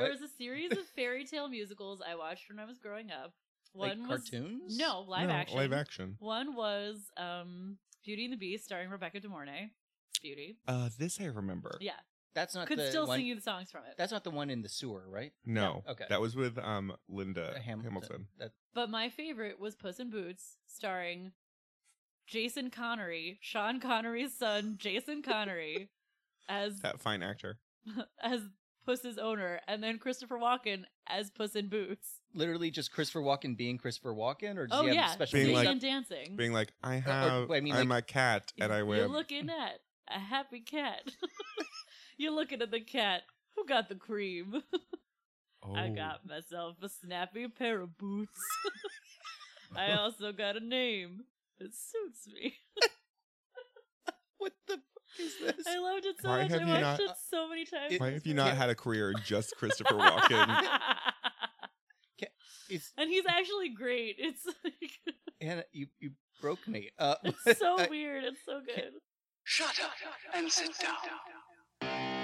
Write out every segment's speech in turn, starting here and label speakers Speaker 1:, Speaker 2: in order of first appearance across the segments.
Speaker 1: There was a series of fairy tale musicals I watched when I was growing up.
Speaker 2: Like
Speaker 1: One was
Speaker 2: cartoons?
Speaker 1: no live
Speaker 3: No,
Speaker 1: action.
Speaker 3: Live action.
Speaker 1: One was um, Beauty and the Beast, starring Rebecca De Mornay. Beauty.
Speaker 3: Uh, this I remember.
Speaker 1: Yeah,
Speaker 2: That's not
Speaker 1: could
Speaker 2: the
Speaker 1: still
Speaker 2: one.
Speaker 1: sing you the songs from it.
Speaker 2: That's not the one in the sewer, right?
Speaker 3: No.
Speaker 2: Yeah, okay.
Speaker 3: That was with um Linda
Speaker 2: Uh,
Speaker 3: Hamilton.
Speaker 2: That,
Speaker 1: But my favorite was Puss in Boots, starring Jason Connery, Sean Connery's son, Jason Connery, as
Speaker 3: That fine actor.
Speaker 1: Mm-hmm. as Puss's owner, and then Christopher Walken as Puss in Boots.
Speaker 2: literally just Christopher Walken being Christopher Walken, or does
Speaker 1: Oh
Speaker 2: he have
Speaker 1: yeah,
Speaker 2: special
Speaker 3: Being
Speaker 1: singing
Speaker 2: makeup?
Speaker 3: like-
Speaker 1: and dancing.
Speaker 3: Being like, I have,
Speaker 2: Uh, oh, I
Speaker 3: I
Speaker 2: mean,
Speaker 3: am a cat, and I "Hmm." wear.
Speaker 1: You're looking at a happy cat. You're looking at the cat who got the cream.
Speaker 3: oh,
Speaker 1: I got myself a snappy pair of boots. I also got a name. It suits me.
Speaker 2: What the fuck is this?
Speaker 1: I loved it so
Speaker 3: Why
Speaker 1: much.
Speaker 3: have
Speaker 1: I
Speaker 3: you
Speaker 1: watched
Speaker 3: not- uh,
Speaker 1: it so many times.
Speaker 3: Why
Speaker 2: It-
Speaker 3: have you not
Speaker 2: Yeah.
Speaker 3: had a career in just Christopher Walken?
Speaker 2: It's
Speaker 1: and he's actually great. It's like
Speaker 2: Hannah, you you broke me. Uh,
Speaker 1: it's so
Speaker 2: I-
Speaker 1: weird. It's so good.
Speaker 4: Shut up and sit down.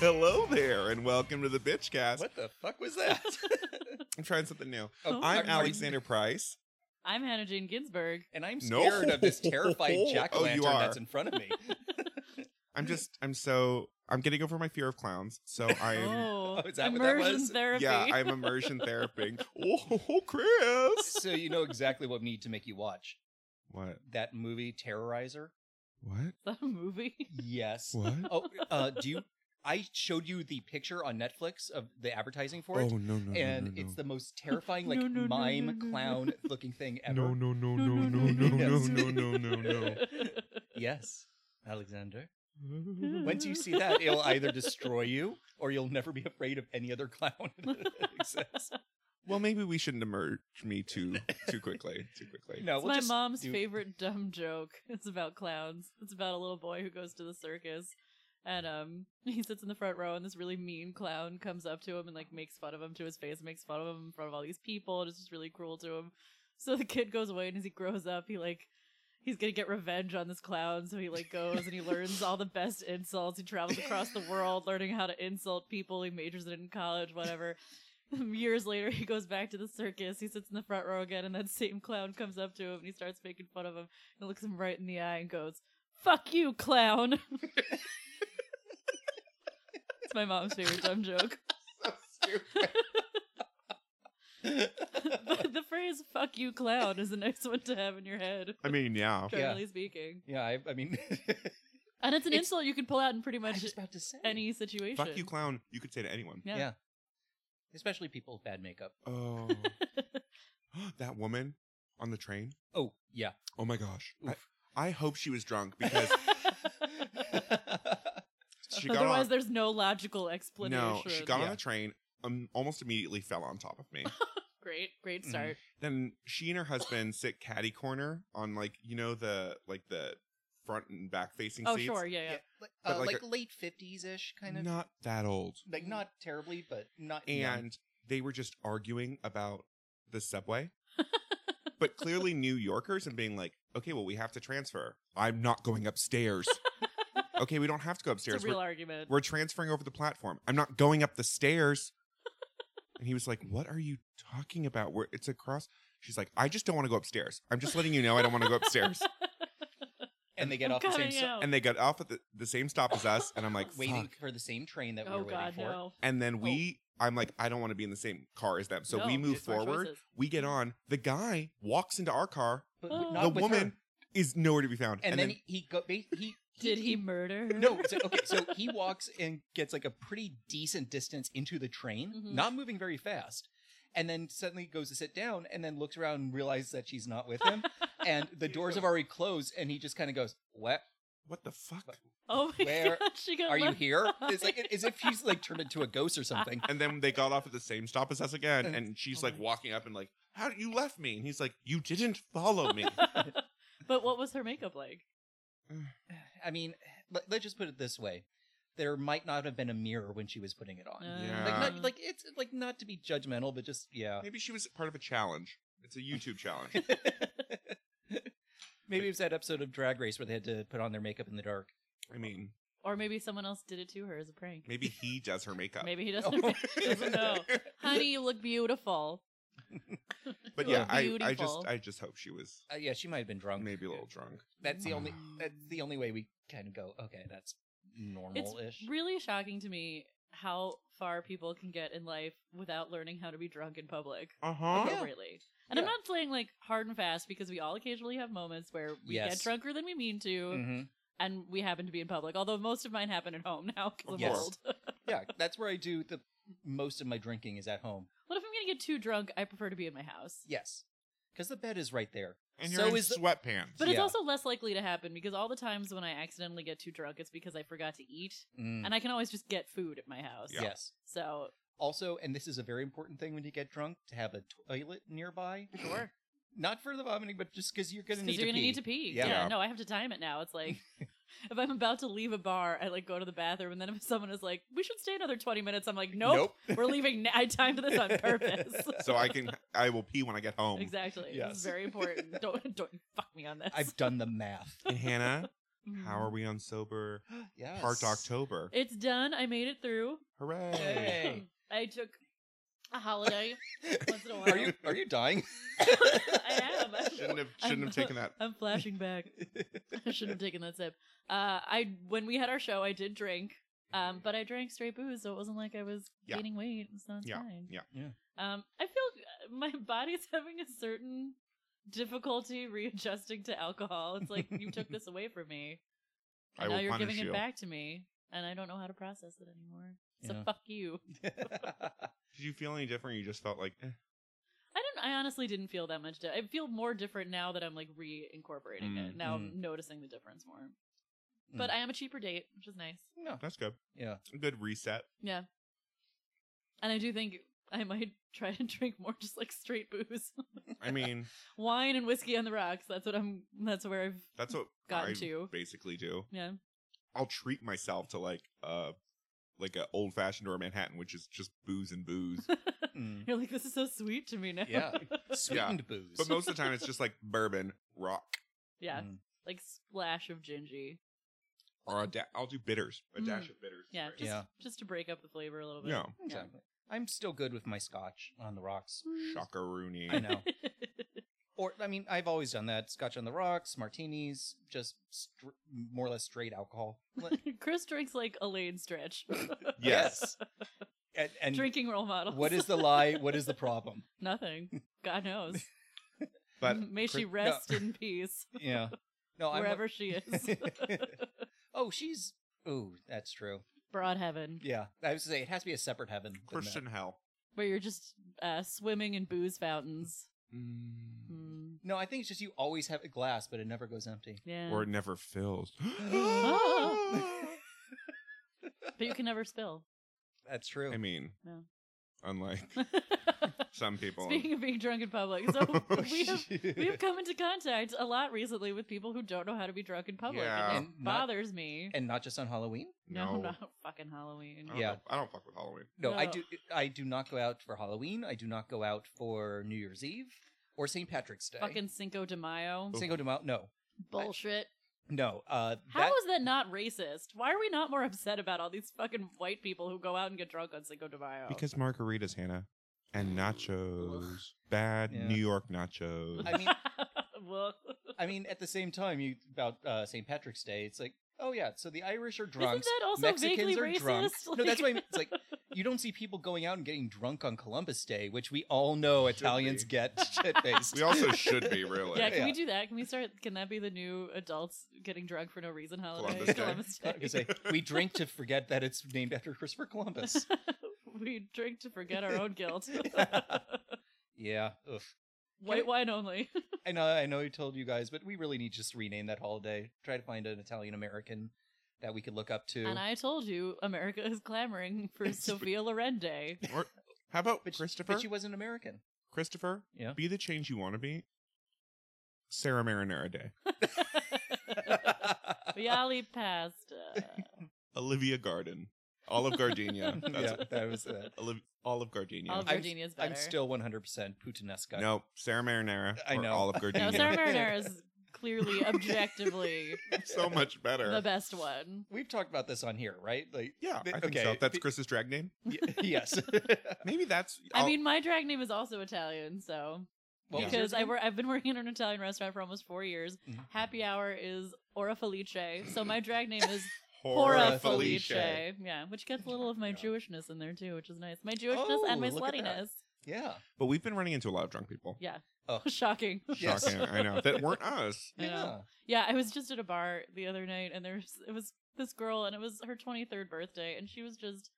Speaker 3: Hello there, and welcome to the Bitch Cast.
Speaker 2: what the fuck was that?
Speaker 3: I'm trying something new.
Speaker 2: Oh,
Speaker 3: I'm
Speaker 2: sorry.
Speaker 3: Alexander Price.
Speaker 1: I'm Hannah Jane Ginsburg.
Speaker 2: and I'm
Speaker 3: No.
Speaker 2: scared of this terrified
Speaker 3: Oh, you
Speaker 2: jack o' lantern
Speaker 3: are.
Speaker 2: that's in front of me.
Speaker 3: I'm just, I'm so, I'm getting over my fear of clowns. So I am,
Speaker 1: Oh,
Speaker 2: is that what that
Speaker 1: immersion
Speaker 2: was?
Speaker 1: therapy.
Speaker 3: yeah, I'm immersion therapying. Oh, Chris.
Speaker 2: so you know exactly what we need to make you watch
Speaker 3: What?
Speaker 2: that movie Terrorizer.
Speaker 3: What?
Speaker 1: Is that a movie.
Speaker 2: Yes.
Speaker 3: What?
Speaker 2: Oh, uh, do you? I showed you the picture on Netflix of the advertising for
Speaker 3: oh
Speaker 2: it,
Speaker 3: no, no, no,
Speaker 2: and
Speaker 3: no, no.
Speaker 2: it's the most terrifying, like
Speaker 1: No, no, no, no,
Speaker 2: mime
Speaker 1: no, no.
Speaker 2: clown looking thing ever.
Speaker 3: No, no, no, no, no, no, no, no, no, no, no.
Speaker 2: Yes, Alexander. Once you see that, it'll either destroy you or you'll never be afraid of any other clown that exists.
Speaker 3: Well, maybe we shouldn't emerge me too too quickly. Too quickly.
Speaker 2: No,
Speaker 1: It's
Speaker 2: we'll
Speaker 1: my
Speaker 2: just
Speaker 1: mom's
Speaker 2: do-
Speaker 1: favorite dumb joke. It's about clowns. It's about a little boy who goes to the circus, and um, he sits in the front row, and this really mean clown comes up to him and like makes fun of him to his face, makes fun of him in front of all these people, and it's just really cruel to him. So the kid goes away, and as he grows up, he like. He's gonna get revenge on this clown, so he like goes and he learns all the best insults. He travels across the world learning how to insult people. He majors in it in college, whatever. Years later, he goes back to the circus. He sits in the front row again, and that same clown comes up to him and he starts making fun of him and looks him right in the eye and goes, Fuck you, clown. it's my mom's favorite dumb joke. But the phrase, fuck you, clown, is a nice one to have in your head,
Speaker 3: I mean, yeah.
Speaker 2: Yeah.
Speaker 1: generally speaking.
Speaker 2: yeah, I, I mean,
Speaker 1: And it's an
Speaker 2: It's-
Speaker 1: insult you can pull out in pretty
Speaker 2: I
Speaker 1: much
Speaker 2: was about to say
Speaker 1: any situation.
Speaker 3: Fuck you, clown. You could say to anyone.
Speaker 1: Yeah.
Speaker 2: Yeah. especially people with bad makeup.
Speaker 3: Oh, that woman on the train.
Speaker 2: Oh yeah,
Speaker 3: Oh my gosh. I,
Speaker 2: Oof.
Speaker 3: I hope she was drunk because she got
Speaker 1: Otherwise,
Speaker 3: on.
Speaker 1: there's no logical explanation.
Speaker 3: No, she got on
Speaker 2: Yeah.
Speaker 3: the train. Um, almost immediately fell on top of me.
Speaker 1: Great, great
Speaker 3: Mm-hmm.
Speaker 2: Mhm.
Speaker 1: start.
Speaker 3: then she and her husband sit caddy corner on like you know the like the front and back facing
Speaker 1: Oh,
Speaker 3: seats.
Speaker 1: sure, yeah, yeah.
Speaker 2: yeah, like,
Speaker 3: But
Speaker 2: uh,
Speaker 3: like
Speaker 2: like
Speaker 3: a-
Speaker 2: late fifties ish kind of,
Speaker 3: Not that old.
Speaker 2: like not terribly, but not young.
Speaker 3: and they were just arguing about the subway. but clearly New Yorkers and being like, okay, well, we have to transfer. I'm not going upstairs. okay, we don't have to go
Speaker 1: It's
Speaker 3: upstairs.
Speaker 1: a real
Speaker 3: We're,
Speaker 1: argument.
Speaker 3: we're transferring over the platform. I'm not going up the stairs. and he was like, what are you talking about? We're, it's across. She's like, I just don't want to go upstairs. I'm just letting you know I don't want to go upstairs.
Speaker 2: and they get
Speaker 1: I'm
Speaker 2: off the same
Speaker 1: coming
Speaker 2: sto-
Speaker 1: out.
Speaker 3: and they got off at the, the same stop as us. And I'm like,
Speaker 2: waiting
Speaker 3: fuck.
Speaker 2: for the same train that we
Speaker 1: oh
Speaker 2: were waiting
Speaker 1: God,
Speaker 2: for.
Speaker 1: no.
Speaker 3: And then we, I'm like, I don't want to be in the same car as them. So
Speaker 1: No,
Speaker 3: we move
Speaker 1: it's our
Speaker 3: forward.
Speaker 1: choices.
Speaker 3: We get on. The guy walks into our car.
Speaker 2: But
Speaker 1: Oh.
Speaker 2: not
Speaker 3: the
Speaker 2: with
Speaker 3: woman
Speaker 2: her.
Speaker 3: is nowhere to be found.
Speaker 2: and, then, he go ba- he
Speaker 1: Did he murder? her?
Speaker 2: no so, okay so he walks and gets like a pretty decent distance into the train
Speaker 1: Mhm.
Speaker 2: not moving very fast and then suddenly goes to sit down and then looks around and realizes that she's not with him and the doors have already closed and he just kind of goes what
Speaker 3: what the fuck?
Speaker 1: Oh my
Speaker 2: Where
Speaker 1: God, she got.
Speaker 2: are you
Speaker 1: left
Speaker 2: here
Speaker 1: behind.
Speaker 2: it's like as if he's like turned into a ghost or something
Speaker 3: And then they got off at the same stop as us again.
Speaker 2: And-
Speaker 3: And she's
Speaker 1: Oh
Speaker 3: like
Speaker 1: my-
Speaker 3: walking up and like, "How you left me?" And he's like, "You didn't follow me."
Speaker 1: but what was her makeup like?
Speaker 2: i mean let, let's just put it this way there might not have been a mirror when she was putting it
Speaker 1: Uh,
Speaker 2: on like
Speaker 3: Yeah.
Speaker 2: not like it's like not to be judgmental but just yeah
Speaker 3: Maybe she was part of a challenge. It's a YouTube challenge.
Speaker 2: Maybe it was that episode of Drag Race where they had to put on their makeup in the dark.
Speaker 3: I mean,
Speaker 1: Or maybe someone else did it to her as a prank.
Speaker 3: maybe he does her makeup.
Speaker 1: Maybe he doesn't,
Speaker 2: Oh,
Speaker 1: doesn't know. Honey, you look beautiful.
Speaker 3: But
Speaker 1: You
Speaker 3: yeah,
Speaker 1: look
Speaker 3: I, I
Speaker 1: beautiful.
Speaker 3: just I just hope she was
Speaker 2: Uh, yeah, she might have been drunk.
Speaker 3: maybe a little drunk.
Speaker 2: That's the only.
Speaker 3: Mm.
Speaker 2: That's the only way we kind of go. Okay, that's normal-ish.
Speaker 1: It's really shocking to me how far people can get in life without learning how to be drunk in public.
Speaker 3: Uh huh.
Speaker 1: Appropriately. And I'm
Speaker 2: Yeah.
Speaker 1: not saying like hard and fast because we all occasionally have moments where we
Speaker 2: Yes.
Speaker 1: get drunker than we mean to
Speaker 2: Mhm.
Speaker 1: and we happen to be in public. Although most of mine happen at home now because I'm
Speaker 2: Yes.
Speaker 1: old.
Speaker 2: Yeah, that's where I do the most of my drinking is at home.
Speaker 1: what if I'm going to get too drunk? I prefer to be in my house.
Speaker 2: Yes, because the bed is right there.
Speaker 3: And you're
Speaker 2: so
Speaker 3: in
Speaker 2: is the-
Speaker 3: sweatpants.
Speaker 1: But it's
Speaker 2: Yeah.
Speaker 1: also less likely to happen because all the times when I accidentally get too drunk, it's because I forgot to eat.
Speaker 2: Mm,
Speaker 1: And I can always just get food at my house.
Speaker 3: Yeah.
Speaker 2: Yes.
Speaker 1: So
Speaker 2: Also, and this is a very important thing when you get drunk, to have a toilet nearby.
Speaker 1: Sure.
Speaker 2: Not for the vomiting, but just because you're gonna
Speaker 1: Because
Speaker 2: need
Speaker 1: you're
Speaker 2: to
Speaker 1: gonna
Speaker 2: pee.
Speaker 1: need to pee.
Speaker 2: Yeah.
Speaker 1: Yeah.
Speaker 3: Yeah.
Speaker 1: no, I have to time it now. It's like if I'm about to leave a bar, I like go to the bathroom, and then if someone is like, "We should stay another 20 minutes," I'm like, "Nope, we're leaving." Now. I timed this on purpose.
Speaker 3: so I can I will pee when I get home.
Speaker 1: exactly.
Speaker 2: Um, Yes.
Speaker 1: It's very important. Don't don't fuck me on this.
Speaker 2: I've done the math.
Speaker 3: And Hannah,
Speaker 1: Mm.
Speaker 3: how are we on sober?
Speaker 2: yes.
Speaker 3: Part October.
Speaker 1: It's done. I made it through.
Speaker 3: Hooray!
Speaker 2: Hey.
Speaker 1: I took a holiday once in a while.
Speaker 2: Are you are you dying?
Speaker 1: I am. I'm-
Speaker 3: Shouldn't have shouldn't have taken that.
Speaker 1: I'm flashing back. I shouldn't have taken that sip. Uh, I when we had our show, I did drink, um, but I drank straight booze, so it wasn't like I was
Speaker 3: Yeah.
Speaker 1: gaining weight. So it's
Speaker 3: Yeah,
Speaker 1: fine.
Speaker 3: yeah.
Speaker 2: Yeah.
Speaker 1: Um, I feel my body's having a certain difficulty readjusting to alcohol. It's like you took this away from me,
Speaker 3: I
Speaker 1: and now
Speaker 3: will
Speaker 1: you're
Speaker 3: punish
Speaker 1: giving
Speaker 3: you.
Speaker 1: it back to me, and I don't know how to process it anymore. So
Speaker 2: Yeah.
Speaker 1: fuck you.
Speaker 3: Did you feel any different? You just felt like eh.
Speaker 1: I didn't. I honestly didn't feel that much. Di- I feel more different now that I'm like reincorporating
Speaker 3: Mm,
Speaker 1: it. Now
Speaker 2: mm.
Speaker 1: I'm noticing the difference more. But
Speaker 2: Mm.
Speaker 1: I am a cheaper date, which is nice.
Speaker 2: no.
Speaker 3: that's good.
Speaker 2: Yeah.
Speaker 3: A good reset.
Speaker 1: Yeah. And I do think I might try to drink more just like straight booze.
Speaker 3: I mean,
Speaker 1: Wine and whiskey on the rocks. That's what I'm that's where I've
Speaker 3: that's what
Speaker 1: Gotten
Speaker 3: I
Speaker 1: to.
Speaker 3: basically do.
Speaker 1: yeah.
Speaker 3: I'll treat myself to like uh like a old fashioned or a Manhattan, which is just booze and booze.
Speaker 2: Mm.
Speaker 1: You're like, this is so sweet to me now.
Speaker 2: Yeah.
Speaker 3: Yeah.
Speaker 2: Sweetened booze.
Speaker 3: but most of the time, it's just like bourbon, rock,
Speaker 1: yeah.
Speaker 2: Mm.
Speaker 1: Like splash of gingy.
Speaker 3: or a da- I'll do bitters, a dash of bitters.
Speaker 1: Mm. Yeah. Just
Speaker 2: Yeah.
Speaker 1: just to break up the flavor a little bit.
Speaker 3: yeah,
Speaker 2: Exactly. I'm still good with my scotch on the rocks.
Speaker 3: Shockaroony.
Speaker 2: I know. Or I mean, I've always done that. Scotch on the rocks, martinis, just str- more or less straight alcohol. Let-
Speaker 1: Chris drinks like Elaine Stretch.
Speaker 3: Yes.
Speaker 2: and and
Speaker 1: Drinking role models.
Speaker 2: what is the lie? What is the problem?
Speaker 1: Nothing. God knows.
Speaker 3: But
Speaker 1: May she
Speaker 3: Chris-
Speaker 1: rest in peace
Speaker 2: Yeah. No, I'm
Speaker 1: wherever she is.
Speaker 2: oh, she's. Ooh, that's true.
Speaker 1: Broad heaven.
Speaker 2: Yeah, I was to say it has to be a separate heaven. than that.
Speaker 3: Christian hell.
Speaker 1: where you're just uh, swimming in booze fountains. Mm,
Speaker 2: No, I think it's just you always have a glass, but it never goes empty.
Speaker 1: yeah,
Speaker 3: Or it never fills.
Speaker 1: but you can never spill.
Speaker 2: That's true.
Speaker 3: I mean,
Speaker 1: No.
Speaker 3: unlike some people.
Speaker 1: Speaking of being drunk in public, so
Speaker 3: Oh,
Speaker 1: we have we have come into contact a lot recently with people who don't know how to be drunk in public,
Speaker 3: Yeah.
Speaker 1: and it
Speaker 2: And not-
Speaker 1: bothers me.
Speaker 2: and not just on Halloween.
Speaker 1: no,
Speaker 3: no.
Speaker 1: not fucking Halloween.
Speaker 3: I don't
Speaker 2: Yeah.
Speaker 3: know. I don't fuck with Halloween.
Speaker 2: No, I
Speaker 1: No.
Speaker 2: do. I do not go out for Halloween. I do not go out for New Year's Eve or St. Patrick's Day.
Speaker 1: Fucking Cinco de Mayo.
Speaker 2: Cinco de Mayo. No,
Speaker 1: Bullshit.
Speaker 2: no. Uh,
Speaker 1: How is
Speaker 2: that-
Speaker 1: that not racist? Why are we not more upset about all these fucking white people who go out and get drunk on Cinco de Mayo?
Speaker 3: Because margaritas, Hannah, and
Speaker 1: Ugh.
Speaker 3: nachos. Bad
Speaker 2: Yeah.
Speaker 3: New York nachos.
Speaker 2: I mean-
Speaker 1: well,
Speaker 2: I mean, at the same time, you about uh, St. Patrick's Day. It's like, oh yeah, so the Irish are drunks.
Speaker 1: Isn't that also
Speaker 2: Mexicans
Speaker 1: vaguely
Speaker 2: are
Speaker 1: racist?
Speaker 2: drunk. No, that's why
Speaker 1: why
Speaker 2: I mean. it's like you don't see people going out and getting drunk on Columbus Day, which we all know
Speaker 3: Should
Speaker 2: Italians
Speaker 3: be.
Speaker 2: get shit faced.
Speaker 3: we also should be, really.
Speaker 1: Yeah, can
Speaker 2: Yeah.
Speaker 1: we do that? Can we start? Can that be the new adults getting drunk for no reason holiday?
Speaker 3: Columbus Day.
Speaker 2: Like I say, we drink to forget that it's named after Christopher Columbus.
Speaker 1: we drink to forget our own guilt.
Speaker 2: yeah, Ugh.
Speaker 1: White wine only.
Speaker 2: I know. I know. I told you guys, but we really need to just rename that holiday. Try to find an Italian American that we could look up to.
Speaker 1: And I told you, America is clamoring for Sophia Loren Day.
Speaker 3: Or, how about
Speaker 2: but she-
Speaker 3: Christopher?
Speaker 2: but she wasn't American.
Speaker 3: Christopher,
Speaker 2: Yeah.
Speaker 3: be the change you want to be. Sarah Marinara Day.
Speaker 1: Viali pasta.
Speaker 3: Olivia Garden. Olive Gardenia. That's
Speaker 2: yeah, that was it.
Speaker 3: Olive, Olive Gardenia.
Speaker 1: Olive
Speaker 2: I'm-
Speaker 1: Gardenia is better.
Speaker 2: I'm still 100% Putinesca.
Speaker 3: no, Sarah Marinara.
Speaker 2: I
Speaker 3: or
Speaker 2: know.
Speaker 3: Olive
Speaker 1: No,
Speaker 3: Gardenia.
Speaker 1: Sarah Marinara is clearly, objectively,
Speaker 3: so much better.
Speaker 1: the best one.
Speaker 2: We've talked about this on here, right? Like,
Speaker 3: Yeah,
Speaker 2: Th-
Speaker 3: I think
Speaker 2: okay,
Speaker 3: so. That's
Speaker 2: th-
Speaker 3: Chris's drag name.
Speaker 2: y- yes.
Speaker 3: Maybe that's.
Speaker 1: I
Speaker 3: I'll-
Speaker 1: mean, my drag name is also Italian, so
Speaker 2: What was yours
Speaker 1: because I
Speaker 2: again?
Speaker 1: wor- I've been working at an Italian restaurant for almost four years.
Speaker 3: Mm-hmm.
Speaker 2: Mhm.
Speaker 1: Happy hour is Ora Felice, so my drag name is
Speaker 2: Hora
Speaker 1: Hora
Speaker 2: Felice.
Speaker 1: Felice. Yeah, which gets a little of my
Speaker 3: Yeah.
Speaker 1: Jewishness in there too, which is nice. My Jewishness and my
Speaker 3: Oh, look at that.
Speaker 1: sluttiness.
Speaker 2: yeah.
Speaker 3: But we've been running into a lot of drunk people.
Speaker 1: Yeah.
Speaker 2: Oh.
Speaker 1: Shocking.
Speaker 2: Yes.
Speaker 3: Shocking, I know. That weren't us.
Speaker 1: I know. Yeah, I was just at a bar the other night, and there's it was this girl, and it was her 23rd birthday, and she was just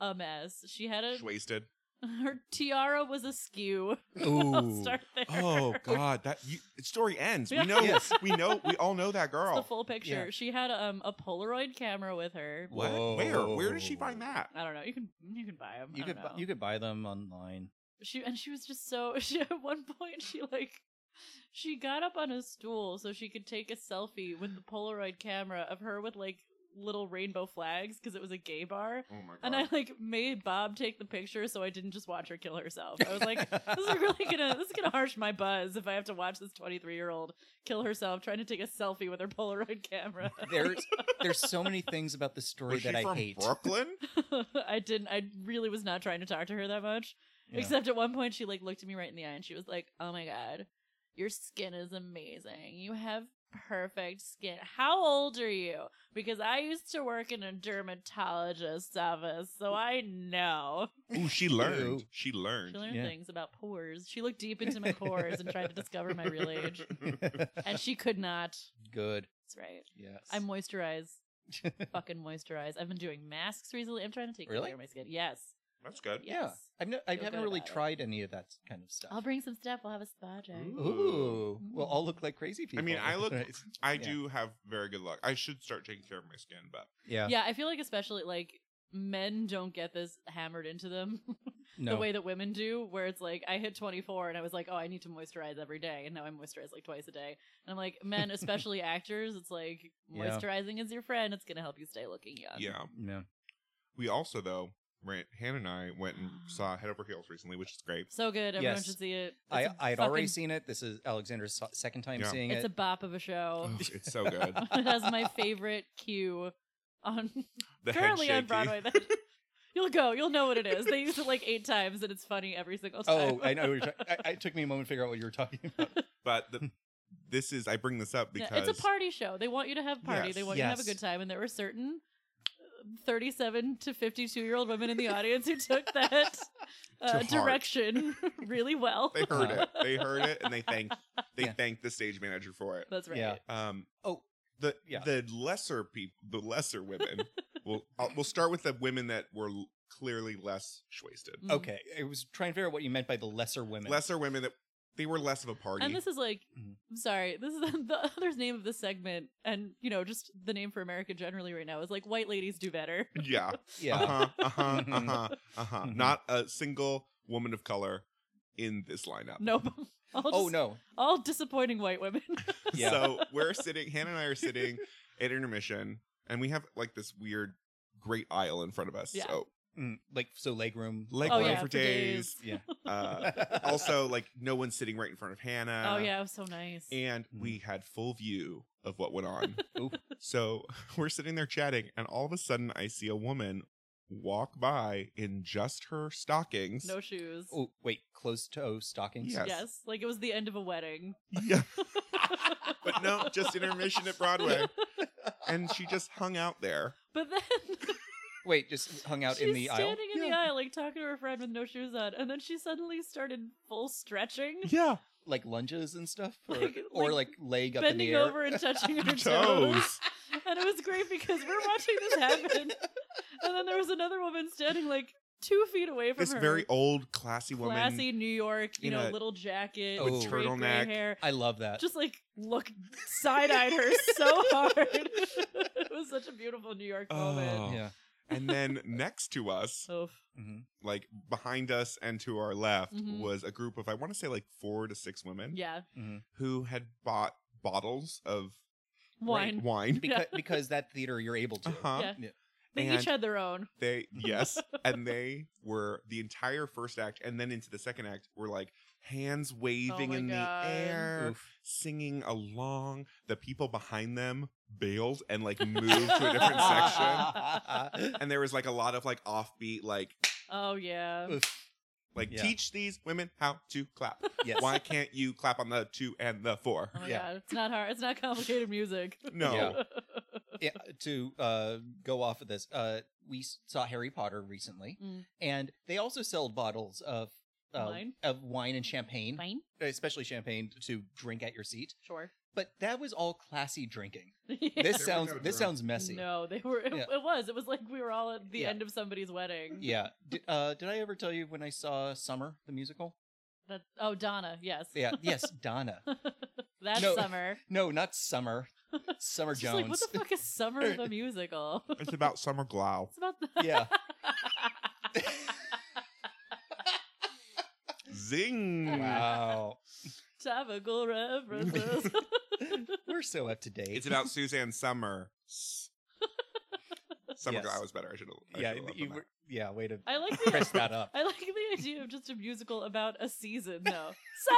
Speaker 1: a mess. She had a
Speaker 3: Just wasted.
Speaker 1: her tiara was askew. I'll
Speaker 3: Ooh.
Speaker 1: start there.
Speaker 3: Oh God, that you, story ends. We know.
Speaker 2: Yes.
Speaker 3: We know. We all know that
Speaker 1: It's
Speaker 3: girl.
Speaker 1: the full picture. She had um a Polaroid camera with her.
Speaker 3: what?
Speaker 2: Whoa.
Speaker 3: Where? Where did she find that?
Speaker 1: I don't know. You can you can buy them.
Speaker 2: You could bu- you could buy them online.
Speaker 1: she and she was just so she at one point she like she got up on a stool so she could take a selfie with the Polaroid camera of her with like little rainbow flags because it was a gay bar.
Speaker 3: Oh my God.
Speaker 1: And I like made Bob take the picture so I didn't just watch her kill herself. I was like, this is really gonna this is gonna harsh my buzz if I have to watch this 23 year old kill herself trying to take a selfie with her Polaroid camera.
Speaker 2: there's there's so many things about the story
Speaker 3: Was she
Speaker 2: that I
Speaker 3: from
Speaker 2: hate.
Speaker 3: Brooklyn?
Speaker 1: I didn't. I really was not trying to talk to her that much.
Speaker 2: Yeah.
Speaker 1: Except at one point, she like looked at me right in the eye and she was like, "Oh my god, your skin is amazing. You have perfect skin. How old are you? Because I used to work in a dermatologist's office, so I know."
Speaker 3: Ooh, she learned.
Speaker 2: Ew.
Speaker 3: She learned.
Speaker 1: She learned
Speaker 2: Yeah.
Speaker 1: things about pores. She looked deep into my pores and tried to discover my real age, and she could not.
Speaker 2: Good.
Speaker 1: That's right.
Speaker 2: Yes.
Speaker 1: I moisturize. fucking moisturize. I've been doing masks recently. I'm trying to take
Speaker 2: Really?
Speaker 1: care of my skin. Yes.
Speaker 3: That's good.
Speaker 1: yes.
Speaker 2: Yeah. I've no, I
Speaker 1: Feel
Speaker 2: haven't
Speaker 1: good
Speaker 2: really
Speaker 1: about it.
Speaker 2: tried any of that kind of stuff.
Speaker 1: I'll bring some stuff. We'll have a spa day.
Speaker 3: Ooh.
Speaker 2: Ooh, we'll all look like crazy people.
Speaker 3: I mean, I look.
Speaker 2: Right.
Speaker 3: I
Speaker 2: Yeah.
Speaker 3: do have very good luck. I should start taking care of my skin, but
Speaker 2: Yeah.
Speaker 1: Yeah, I feel like especially like men don't get this hammered into them
Speaker 2: No.
Speaker 1: the way that women do, where it's like I hit 24 and I was like, oh, I need to moisturize every day, and now I moisturize like twice a day. And I'm like, men, especially actors, it's like
Speaker 2: Yeah.
Speaker 1: moisturizing is your friend. It's gonna help you stay looking young.
Speaker 3: yeah.
Speaker 2: No.
Speaker 3: We also though, ran, Hannah and I went and saw Head Over Heels recently, which is great.
Speaker 1: So good. Everyone
Speaker 2: Yes.
Speaker 1: should see it.
Speaker 2: I
Speaker 1: It's a
Speaker 2: I'd already
Speaker 1: fucking-
Speaker 2: seen it. This is Alexander's so- second time
Speaker 3: Yeah.
Speaker 2: seeing
Speaker 1: It's a
Speaker 2: it.
Speaker 1: bop of a show.
Speaker 3: Oh, it's so good.
Speaker 1: it has my favorite cue on
Speaker 3: The head
Speaker 1: currently on
Speaker 3: shaky.
Speaker 1: Broadway. That you'll go, you'll know what it is. They use it like eight times, and it's funny every single time.
Speaker 2: Oh, I know. what You're talking- I, I- it took me a moment to figure out what you were talking about.
Speaker 3: But the, this is I bring this up
Speaker 1: Yeah,
Speaker 3: because
Speaker 1: it's a party show. They want you to have party. They
Speaker 3: Yes.
Speaker 1: want you to have a
Speaker 2: Yes.
Speaker 1: good time, and there were certain uh, thirty-seven to fifty-two-year-old women in the audience who took that uh,
Speaker 3: heart.
Speaker 1: direction really well.
Speaker 3: they heard it. They heard it and they thanked they
Speaker 2: Yeah.
Speaker 3: thanked the stage manager for it.
Speaker 1: That's right.
Speaker 2: Yeah.
Speaker 3: Um
Speaker 2: Oh,
Speaker 3: the
Speaker 2: yeah.
Speaker 3: the lesser people, the lesser women. we'll I'll, we'll start with the women that were l- clearly less wasted.
Speaker 1: Mm.
Speaker 2: okay. I was trying to figure out what you meant by the lesser women.
Speaker 3: Lesser women that they were less of a party. Mm-hmm.
Speaker 1: And this is like,
Speaker 2: Mhm.
Speaker 1: I'm sorry, this is the other name of this segment, and you know, just the name for America generally right now is like white ladies do better.
Speaker 3: yeah.
Speaker 2: yeah.
Speaker 3: Uh-huh. Uh-huh.
Speaker 2: Mhm.
Speaker 3: Uh-huh. Uh-huh.
Speaker 2: Mhm.
Speaker 3: Not a single woman of color in this lineup.
Speaker 1: Nope. All
Speaker 2: Oh
Speaker 1: just-
Speaker 2: no.
Speaker 1: All disappointing white women.
Speaker 2: Yeah.
Speaker 3: So we're sitting, Hannah and I are sitting at intermission, and we have like this weird great aisle in front of us.
Speaker 1: Yeah.
Speaker 3: So
Speaker 2: Mm, like so leg room.
Speaker 3: leg
Speaker 1: oh
Speaker 3: room
Speaker 1: yeah,
Speaker 3: for
Speaker 1: for
Speaker 3: days.
Speaker 1: days.
Speaker 2: Yeah.
Speaker 3: Uh, also, like no one's sitting right in front of Hannah.
Speaker 1: oh yeah, it was so nice.
Speaker 3: Uh, And
Speaker 2: Mhm.
Speaker 3: we had full view of what went on.
Speaker 2: Oop.
Speaker 3: so we're sitting there chatting, and all of a sudden, I see a woman walk by in just her stockings.
Speaker 1: No shoes.
Speaker 2: Oh wait, closed toe stockings.
Speaker 3: Yeah. yes.
Speaker 1: Yes, like it was the end of a wedding.
Speaker 3: Yeah, but no, just intermission at Broadway. And she just hung out there.
Speaker 1: But then
Speaker 2: Wait, just hung out
Speaker 1: she's
Speaker 2: in the aisle.
Speaker 1: standing in the aisle, like talking to her friend with no shoes on, and then she suddenly started full stretching,
Speaker 3: Yeah.
Speaker 2: like lunges and stuff, or
Speaker 1: Like-
Speaker 2: or
Speaker 1: like
Speaker 2: like leg up in
Speaker 1: bending
Speaker 2: the air.
Speaker 1: over and touching her toes.
Speaker 3: Toes.
Speaker 1: And it was great because we're watching this happen, and then there was another woman standing like two feet away from
Speaker 3: This
Speaker 1: her.
Speaker 3: very old, classy woman.
Speaker 1: classy New York, you
Speaker 3: in
Speaker 1: know,
Speaker 3: a-
Speaker 1: little jacket,
Speaker 2: with
Speaker 1: straight gray
Speaker 3: turtleneck.
Speaker 1: hair.
Speaker 2: I love that.
Speaker 1: just like look side eyed her so hard. it was such a beautiful New York moment.
Speaker 3: Oh.
Speaker 2: yeah.
Speaker 3: And then next to us,
Speaker 1: Oof.
Speaker 2: Mhm.
Speaker 3: like behind us and to our left,
Speaker 1: Mhm.
Speaker 3: was a group of, I want to say like four to six women
Speaker 1: Yeah,
Speaker 3: who had bought bottles of
Speaker 1: wine.
Speaker 3: Wine.
Speaker 2: Because because that theater you're able to.
Speaker 3: Uh huh.
Speaker 1: Yeah.
Speaker 2: Yeah.
Speaker 1: They
Speaker 3: and-
Speaker 1: each had their own.
Speaker 3: They, yes. and they were the entire first act and then into the second act were like, hands waving
Speaker 1: Oh my
Speaker 3: in
Speaker 1: God.
Speaker 3: the air,
Speaker 2: Oof.
Speaker 3: singing along. The people behind them bailed and like moved to a different section. And there was like a lot of like offbeat, like
Speaker 1: Oh yeah.
Speaker 2: Oof.
Speaker 3: like
Speaker 2: Yeah.
Speaker 3: teach these women how to clap.
Speaker 2: Yes.
Speaker 3: Why can't you clap on the two and the four?
Speaker 1: Oh my
Speaker 2: Yeah. Oh.
Speaker 1: god, it's not hard. It's not complicated music.
Speaker 3: No.
Speaker 2: Yeah. Yeah, to uh, go off of this, uh, we s- saw Harry Potter recently,
Speaker 1: Mm.
Speaker 2: and they also sell bottles of uh,
Speaker 1: Wine?
Speaker 2: of wine and champagne,
Speaker 1: Fine.
Speaker 2: especially champagne to drink at your seat.
Speaker 1: Sure.
Speaker 2: But that was all classy drinking.
Speaker 1: Yeah.
Speaker 2: This
Speaker 3: There was
Speaker 2: sounds
Speaker 3: no
Speaker 2: this
Speaker 3: drunk.
Speaker 2: sounds messy.
Speaker 1: No, they were. It,
Speaker 2: Yeah.
Speaker 1: it was. It was like we were all at the
Speaker 2: Yeah.
Speaker 1: end of somebody's wedding.
Speaker 2: Yeah. Did, uh, did I ever tell you when I saw Summer the musical?
Speaker 1: That. Oh, Donna. Yes.
Speaker 2: Yeah. Yes, Donna.
Speaker 1: That
Speaker 2: No.
Speaker 1: summer.
Speaker 2: No, not Summer. Summer
Speaker 1: Just like,
Speaker 2: Jones.
Speaker 1: what the fuck is summer of a musical? it's
Speaker 3: It's about summer glow.
Speaker 1: about the
Speaker 2: Yeah.
Speaker 3: Zing.
Speaker 2: wow.
Speaker 1: topical references.
Speaker 2: We're so up to date.
Speaker 3: It's about Suzanne Summer. Summer
Speaker 2: Yes.
Speaker 3: glow is better. I should have.
Speaker 2: yeah,
Speaker 3: I should've left
Speaker 2: you
Speaker 3: on
Speaker 2: were- yeah. Way to
Speaker 1: I like the
Speaker 2: press that up.
Speaker 1: I like the idea of just a musical about a season, though.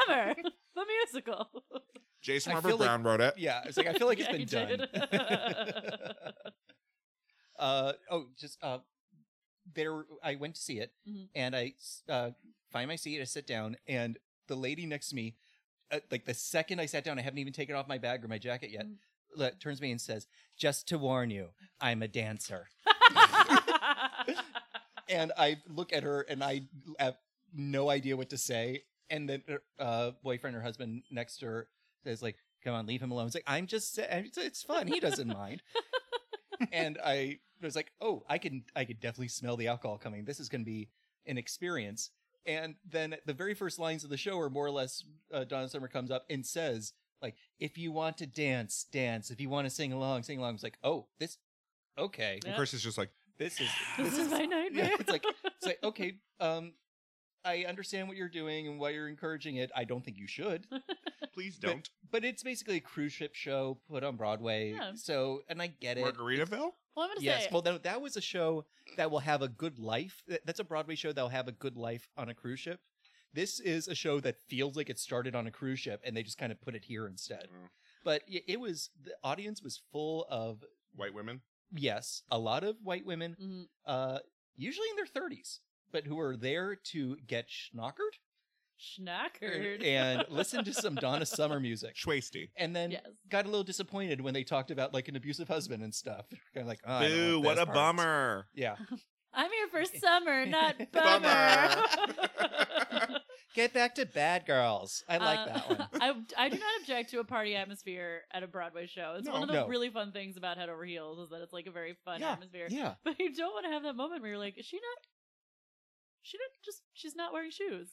Speaker 1: Summer, the musical.
Speaker 3: that. Jason
Speaker 2: I
Speaker 3: Robert
Speaker 2: feel like-
Speaker 3: Brown wrote it.
Speaker 2: Yeah, it's like I feel like it's
Speaker 1: Yeah, you
Speaker 2: been done.
Speaker 1: did.
Speaker 2: uh oh, just uh, there. I went to see it,
Speaker 1: Mhm.
Speaker 2: and I s- uh, find my seat. I sit down, and the lady next to me, uh, like the second I sat down, I haven't even taken off my bag or my jacket yet.
Speaker 1: Mm.
Speaker 2: le- turns to me and says, "Just to warn you, I'm a dancer." And I look at her, and I have no idea what to say. And then her uh, boyfriend or husband next to her says, "Like, come on, leave him alone." It's like I'm just, sa- it's, it's fun. He doesn't mind. and I was like, "Oh, I can, I could definitely smell the alcohol coming. This is going to be an experience." And then the very first lines of the show are more or less uh, Donna Summer comes up and says, "Like, if you want to dance, dance. If you want to sing along, sing along." It's like, "Oh, this, okay,
Speaker 1: Yeah.
Speaker 3: And Chris is just like,
Speaker 2: this is
Speaker 1: this is my nightmare.
Speaker 2: yeah, it's like it's like okay, um, I understand what you're doing and why you're encouraging it. I don't think you should,
Speaker 3: please don't.
Speaker 2: but it's basically a cruise ship show put on Broadway.
Speaker 1: Yeah.
Speaker 2: So, and I get it.
Speaker 3: Margaritaville?
Speaker 1: well, I'm gonna
Speaker 2: Yes,
Speaker 1: say,
Speaker 2: well, that, that was a show that will have a good life. That- That's a Broadway show that will have a good life on a cruise ship. This is a show that feels like it started on a cruise ship, and they just kind of put it here instead.
Speaker 3: Mm.
Speaker 2: But y- it was the audience was full of
Speaker 3: White women?
Speaker 2: yes, a lot of white women
Speaker 1: Mhm.
Speaker 2: uh, usually in their 30s, but who are there to get schnockered
Speaker 1: schnackered
Speaker 2: and listen to some Donna Summer music.
Speaker 3: Schwasty.
Speaker 2: And then
Speaker 1: yes.
Speaker 2: got a little disappointed when they talked about like an abusive husband and stuff. They're kind of like, oh, I don't
Speaker 3: Boo,
Speaker 2: want
Speaker 3: what
Speaker 2: this
Speaker 3: a
Speaker 2: part."
Speaker 3: bummer.
Speaker 2: Yeah.
Speaker 1: I'm here for summer, not
Speaker 2: Bummer.
Speaker 1: bummer.
Speaker 2: Get back to Bad Girls. I like
Speaker 1: Uh,
Speaker 2: that one.
Speaker 1: I, I do not object to a party atmosphere at a Broadway show. It's
Speaker 3: No.
Speaker 1: one of the
Speaker 2: No.
Speaker 1: really fun things about Head Over Heels is that it's like a very fun
Speaker 2: Yeah.
Speaker 1: atmosphere.
Speaker 2: Yeah.
Speaker 1: But you don't want to have that moment where you're like, is she not? She not just she's not wearing shoes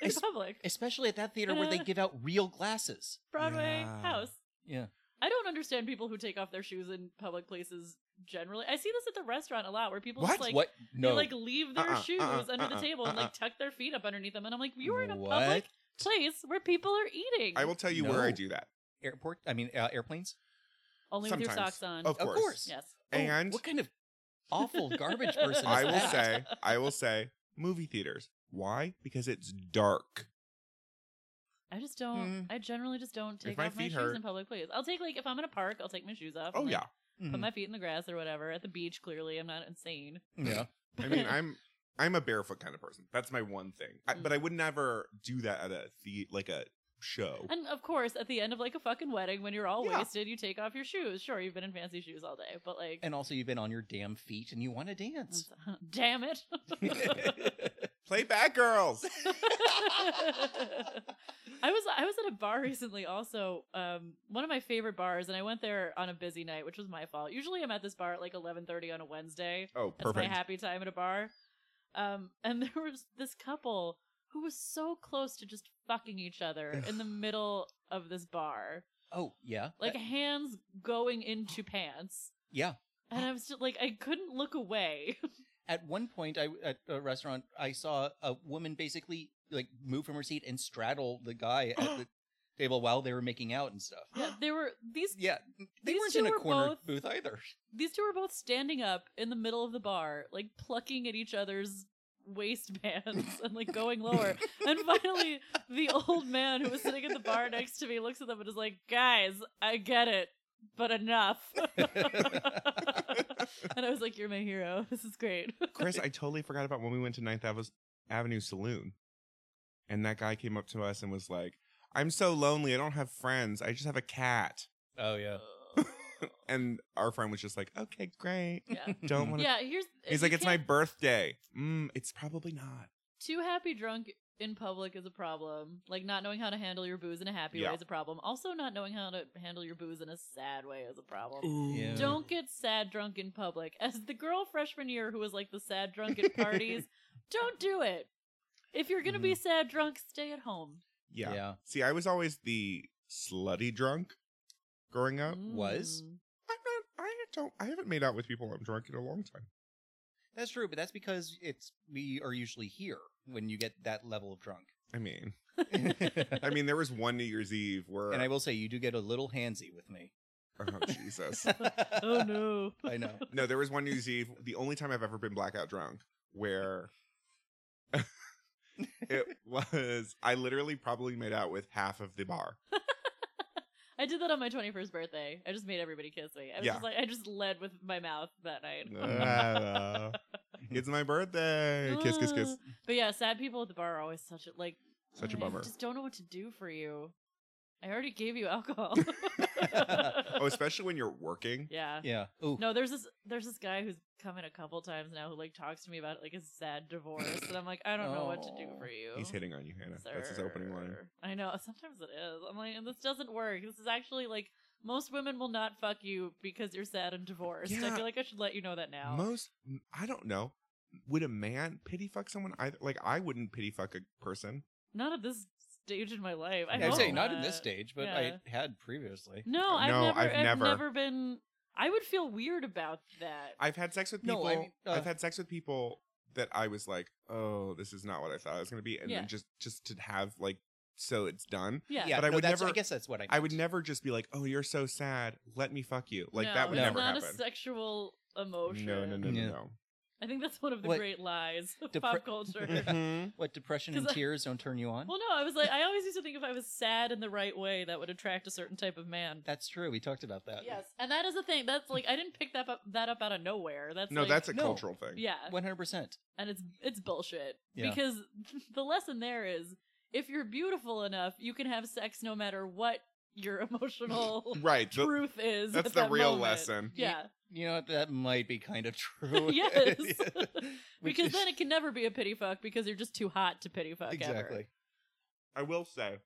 Speaker 1: in
Speaker 2: Es-
Speaker 1: public.
Speaker 2: Especially at that theater where they give out real glasses.
Speaker 1: Broadway
Speaker 3: Yeah.
Speaker 1: house.
Speaker 2: Yeah.
Speaker 1: I don't understand people who take off their shoes in public places generally. I see this at the restaurant a lot where people
Speaker 3: What?
Speaker 1: just like
Speaker 2: what?
Speaker 1: they
Speaker 2: No.
Speaker 1: like leave their
Speaker 3: Uh-uh,
Speaker 1: shoes
Speaker 3: uh-uh,
Speaker 1: under the
Speaker 3: uh-uh,
Speaker 1: table and
Speaker 3: uh-uh.
Speaker 1: like tuck their feet up underneath them and I'm like, You're in a
Speaker 2: What?
Speaker 1: public place where people are eating.
Speaker 3: I will tell you where I
Speaker 2: No.
Speaker 3: do that.
Speaker 2: Airport? I mean, uh, airplanes?
Speaker 1: only with your
Speaker 3: Sometimes.
Speaker 1: socks on.
Speaker 3: Of
Speaker 2: Of
Speaker 3: course.
Speaker 2: course.
Speaker 1: Yes.
Speaker 2: Oh,
Speaker 3: And-
Speaker 2: what kind of awful garbage person is
Speaker 3: I will
Speaker 2: that?
Speaker 3: say, I will say, movie theaters. Why? Because it's dark.
Speaker 1: I just don't I generally just don't take
Speaker 3: Mm. my
Speaker 1: off my
Speaker 3: feet
Speaker 1: shoes in
Speaker 3: hurt-
Speaker 1: public places. I'll take like if I'm in a park, I'll take my shoes off.
Speaker 3: Oh
Speaker 1: and, like,
Speaker 3: yeah.
Speaker 2: Mhm.
Speaker 1: Put my feet in the grass or whatever. At the beach, clearly I'm not insane.
Speaker 2: Yeah.
Speaker 3: I mean, I'm I'm a barefoot kind of person. That's my one thing. I,
Speaker 1: Mm.
Speaker 3: but I would never do that at a the like a show.
Speaker 1: And of course, at the end of like a fucking wedding, when you're all
Speaker 3: Yeah.
Speaker 1: wasted, you take off your shoes. Sure, you've been in fancy shoes all day, but like,
Speaker 2: And also, you've been on your damn feet and you want to dance.
Speaker 1: damn it. Mm.
Speaker 3: Play Bad Girls.
Speaker 1: I was I was at a bar recently, also um, one of my favorite bars, and I went there on a busy night, which was my fault. Usually, I'm at this bar at like 11:30 on a Wednesday.
Speaker 3: Oh,
Speaker 1: That's my
Speaker 3: perfect.
Speaker 1: happy time at a bar. Um, and there was this couple who was so close to just fucking each other in the middle of this bar,
Speaker 2: oh, yeah.
Speaker 1: like
Speaker 2: That-
Speaker 1: hands going into pants.
Speaker 2: yeah.
Speaker 1: And I was just like, I couldn't look away.
Speaker 2: At one point, I at a restaurant, I saw a woman basically like move from her seat and straddle the guy at the table while they were making out and stuff.
Speaker 1: yeah, there were these
Speaker 2: Yeah, they
Speaker 1: These
Speaker 2: weren't
Speaker 1: two
Speaker 2: in a
Speaker 1: were
Speaker 2: corner
Speaker 1: both-
Speaker 2: booth either.
Speaker 1: these two were both standing up in the middle of the bar, like plucking at each other's waistbands and like going lower. and finally, the old man who was sitting at the bar next to me looks at them and is like, "Guys, I get it, but enough." and I was like, "You're my hero. This is great."
Speaker 3: Chris, I totally forgot about when we went to Ninth Ave- Avenue Saloon. And that guy came up to us and was like, I'm so lonely. I don't have friends. I just have a cat.
Speaker 2: Oh yeah.
Speaker 3: And our friend was just like, okay, great.
Speaker 1: yeah.
Speaker 3: Don't want to.
Speaker 1: Yeah, here's
Speaker 3: He's
Speaker 1: you
Speaker 3: like, it's my
Speaker 1: can't-
Speaker 3: birthday. Mm, it's probably not.
Speaker 1: too happy drunk in public is a problem. Like not knowing how to handle your booze in a happy
Speaker 3: Yeah.
Speaker 1: way is a problem. Also not knowing how to handle your booze in a sad way is a problem.
Speaker 2: Yeah.
Speaker 1: Don't get sad drunk in public. As the girl freshman year who was like the sad drunk at parties, don't do it. If you're gonna
Speaker 3: Mm-hmm.
Speaker 1: be sad drunk, stay at home.
Speaker 3: Yeah. See, I was always the slutty drunk growing up.
Speaker 2: was?
Speaker 1: Mm.
Speaker 3: I'm not, I don't, I haven't made out with people I'm drunk in a long time.
Speaker 2: That's true, but that's because it's we are usually here when you get that level of drunk.
Speaker 3: I mean,
Speaker 2: and
Speaker 3: I mean, there was one New Year's Eve where,
Speaker 2: I will say you do get a little handsy with me.
Speaker 3: oh, Jesus.
Speaker 1: Oh no.
Speaker 2: I know.
Speaker 3: No, there was one New Year's Eve, the only time I've ever been blackout drunk, where it was I literally probably made out with half of the bar.
Speaker 1: I did that on my twenty first birthday. I just made everybody kiss me. I was
Speaker 3: Yeah.
Speaker 1: just like I just led with my mouth that night.
Speaker 3: it's my birthday. Kiss, kiss, kiss.
Speaker 1: Ah. But yeah, sad people at the bar are always such a like
Speaker 3: Such a
Speaker 1: I
Speaker 3: bummer.
Speaker 1: just don't know what to do for you. I already gave you alcohol.
Speaker 3: Oh, especially when you're working.
Speaker 1: yeah.
Speaker 2: Yeah. Ooh.
Speaker 1: No, there's this there's this guy who's come in a couple times now who like talks to me about like his sad divorce, and I'm like, I don't know what to do
Speaker 2: Oh.
Speaker 1: for you.
Speaker 3: He's hitting on you, Hannah. That's his opening line.
Speaker 1: sir." I know. Sometimes it is. I'm like, and this doesn't work. This is actually like most women will not fuck you because you're sad and divorced. I
Speaker 3: Yeah.
Speaker 1: feel like I should let you know that now.
Speaker 3: Most, mm, I don't know. Would a man pity fuck someone either? Like, I wouldn't pity fuck a person.
Speaker 1: not at this stage in my life. I
Speaker 2: I would say
Speaker 1: hope
Speaker 2: not in this
Speaker 1: not.
Speaker 2: stage, but
Speaker 1: Yeah.
Speaker 2: I had previously.
Speaker 1: No, I've
Speaker 3: No,
Speaker 1: never,
Speaker 3: I've
Speaker 1: I've,
Speaker 3: never.
Speaker 1: never. been. I would feel weird about that.
Speaker 3: I've had sex with people.
Speaker 2: No, I mean, uh,
Speaker 3: I've had sex with people that I was like, oh, this is not what I thought it was going to be, and
Speaker 1: Yeah.
Speaker 3: then just just to have like, so it's done.
Speaker 1: yeah,
Speaker 2: Yeah,
Speaker 3: But I
Speaker 2: no,
Speaker 3: would
Speaker 2: that's, I
Speaker 3: never-
Speaker 2: guess that's what I. Meant.
Speaker 3: I would never just be like, oh, you're so sad. Let me fuck you. Like
Speaker 1: No,
Speaker 3: that would
Speaker 1: it's
Speaker 3: never
Speaker 1: not
Speaker 3: happen.
Speaker 1: a sexual emotion.
Speaker 3: no, no, no,
Speaker 2: Yeah.
Speaker 3: no,
Speaker 1: I think that's one of the
Speaker 2: What-
Speaker 1: great lies of
Speaker 2: Depre-
Speaker 1: pop culture.
Speaker 3: no. Mhm.
Speaker 2: What depression
Speaker 1: 'Cause
Speaker 2: and
Speaker 1: I-
Speaker 2: tears don't turn you on?
Speaker 1: well, no, I was like, I always used to think if I was sad in the right way, that would attract a certain type of man.
Speaker 2: that's true. We talked about that.
Speaker 1: Yes, and that is the thing. That's like I didn't pick that up that up out of nowhere. That's
Speaker 3: No,
Speaker 1: like,
Speaker 3: that's a
Speaker 2: No.
Speaker 3: cultural thing.
Speaker 1: yeah,
Speaker 2: One hundred percent.
Speaker 1: and it's it's bullshit
Speaker 2: Yeah.
Speaker 1: because the lesson there is if you're beautiful enough, you can have sex no matter what your emotional
Speaker 3: Right. the-
Speaker 1: truth is.
Speaker 3: that's
Speaker 1: at
Speaker 3: the
Speaker 1: that
Speaker 3: real
Speaker 1: moment.
Speaker 3: lesson.
Speaker 1: Yeah,
Speaker 2: You know what? That might be kind of true.
Speaker 1: Yes.
Speaker 2: Which
Speaker 1: because
Speaker 2: is-
Speaker 1: then it can never be a pity fuck because you're just too hot to pity fuck.
Speaker 2: exactly.
Speaker 3: I will say,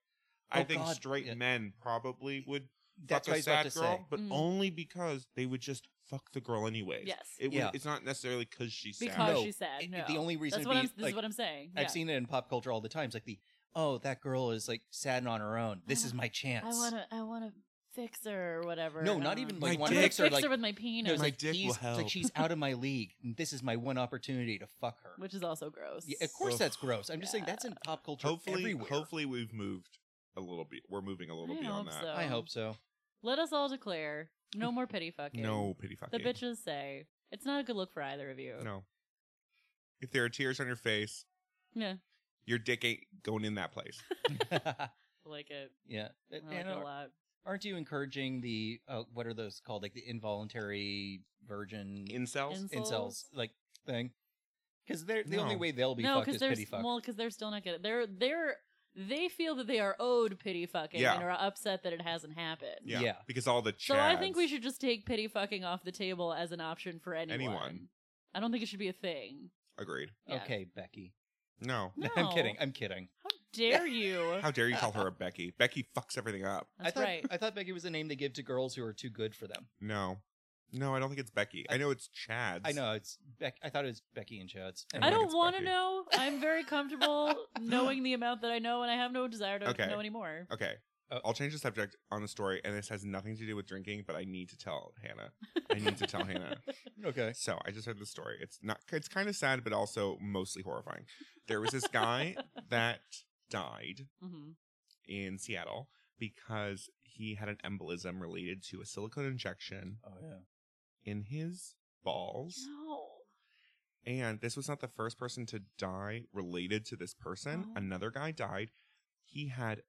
Speaker 3: I
Speaker 2: Oh,
Speaker 3: think
Speaker 2: God.
Speaker 3: straight
Speaker 2: Yeah.
Speaker 3: men probably would
Speaker 2: That's what
Speaker 3: fuck
Speaker 2: I
Speaker 3: a
Speaker 2: was about
Speaker 3: sad
Speaker 2: to
Speaker 3: girl,
Speaker 2: say.
Speaker 3: but
Speaker 1: Mm.
Speaker 3: only because they would just fuck the girl anyways.
Speaker 1: Yes.
Speaker 3: It would,
Speaker 2: Yeah.
Speaker 3: It's not necessarily because she's
Speaker 1: Because
Speaker 3: sad.
Speaker 2: No,
Speaker 1: she's sad.
Speaker 2: It-
Speaker 1: No,
Speaker 2: The only reason
Speaker 1: that's
Speaker 2: it'd
Speaker 1: what I'm.
Speaker 2: be,
Speaker 1: This
Speaker 2: like,
Speaker 1: is what I'm saying.
Speaker 2: I've
Speaker 1: Yeah.
Speaker 2: seen it in pop culture all the time. It's like the oh that girl is like sad on her own. This
Speaker 1: I
Speaker 2: is my
Speaker 1: I
Speaker 2: chance.
Speaker 1: want to. I want to fix her or whatever.
Speaker 2: No, not
Speaker 1: Um,
Speaker 2: even
Speaker 3: My
Speaker 2: like want
Speaker 1: I'm
Speaker 2: to
Speaker 1: gonna
Speaker 3: dick
Speaker 1: fix
Speaker 2: fix her.
Speaker 1: her
Speaker 2: Like
Speaker 1: with my
Speaker 2: no,
Speaker 1: penis,
Speaker 2: it's
Speaker 3: My
Speaker 2: like,
Speaker 3: dick will
Speaker 2: he's- it's
Speaker 3: help.
Speaker 2: like she's out of my league. and This is my one opportunity to fuck her.
Speaker 1: which is also gross.
Speaker 2: Yeah, of course
Speaker 3: Ugh.
Speaker 2: that's gross. I'm just saying
Speaker 1: Yeah.
Speaker 2: that's in pop culture
Speaker 3: Hopefully,
Speaker 2: everywhere.
Speaker 3: hopefully we've moved a little bit. We're moving a little
Speaker 1: I
Speaker 3: beyond
Speaker 1: hope
Speaker 3: that.
Speaker 1: so.
Speaker 2: I hope so.
Speaker 1: Let us all declare no more pity fucking.
Speaker 3: No pity
Speaker 1: the
Speaker 3: fucking.
Speaker 1: bitches say it's not a good look for either of you.
Speaker 3: No. If there are tears on your face,
Speaker 1: Yeah,
Speaker 3: your dick ain't going in that place.
Speaker 1: I like it.
Speaker 2: yeah.
Speaker 1: I
Speaker 2: And
Speaker 1: like it a
Speaker 2: are-
Speaker 1: lot.
Speaker 2: aren't you encouraging the uh, what are those called? Like the involuntary virgin
Speaker 3: Incels?
Speaker 1: In-
Speaker 2: incels like thing? Because they're the
Speaker 3: No.
Speaker 2: only way they'll be
Speaker 1: no,
Speaker 2: fucked
Speaker 1: because
Speaker 2: is
Speaker 1: they're
Speaker 2: pity
Speaker 1: s-
Speaker 2: fuck.
Speaker 1: well, because they're still not getting. They're they're they feel that they are owed pity fucking
Speaker 3: Yeah.
Speaker 1: and are upset that it hasn't happened.
Speaker 3: yeah.
Speaker 2: Yeah.
Speaker 3: Because all the chads.
Speaker 1: So I think we should just take pity fucking off the table as an option for anyone.
Speaker 3: Anyone.
Speaker 1: I don't think it should be a thing.
Speaker 3: Agreed.
Speaker 1: Yeah.
Speaker 2: Okay, Becky.
Speaker 3: No.
Speaker 1: No.
Speaker 2: I'm kidding. I'm kidding.
Speaker 1: How dare you?
Speaker 3: How dare you call her a Becky? Becky fucks everything up.
Speaker 1: That's
Speaker 2: I thought
Speaker 1: right.
Speaker 2: I thought Becky was the name they give to girls who are too good for them.
Speaker 3: No. No, I don't think it's Becky. I, know it's Chad's.
Speaker 2: I know it's Beck. I thought it was Becky and Chad's.
Speaker 3: I
Speaker 1: I
Speaker 3: think
Speaker 1: don't
Speaker 3: it's
Speaker 1: want to
Speaker 3: Becky.
Speaker 1: know. I'm very comfortable knowing the amount that I know, and I have no desire to
Speaker 3: Okay.
Speaker 1: know anymore.
Speaker 3: Okay.
Speaker 2: Oh.
Speaker 3: I'll change the subject on the story, and this has nothing to do with drinking, but I need to tell Hannah. I need to tell Hannah.
Speaker 2: Okay.
Speaker 3: So I just heard the story. It's not. It's kind of sad, but also mostly horrifying. There was this guy that died
Speaker 1: hmm
Speaker 3: in Seattle because he had an embolism related to Oh, a silicone injection
Speaker 2: Oh yeah.
Speaker 3: in his balls,
Speaker 1: No.
Speaker 3: And this was not the first person to die related to this person.
Speaker 1: Oh.
Speaker 3: Another guy died. He had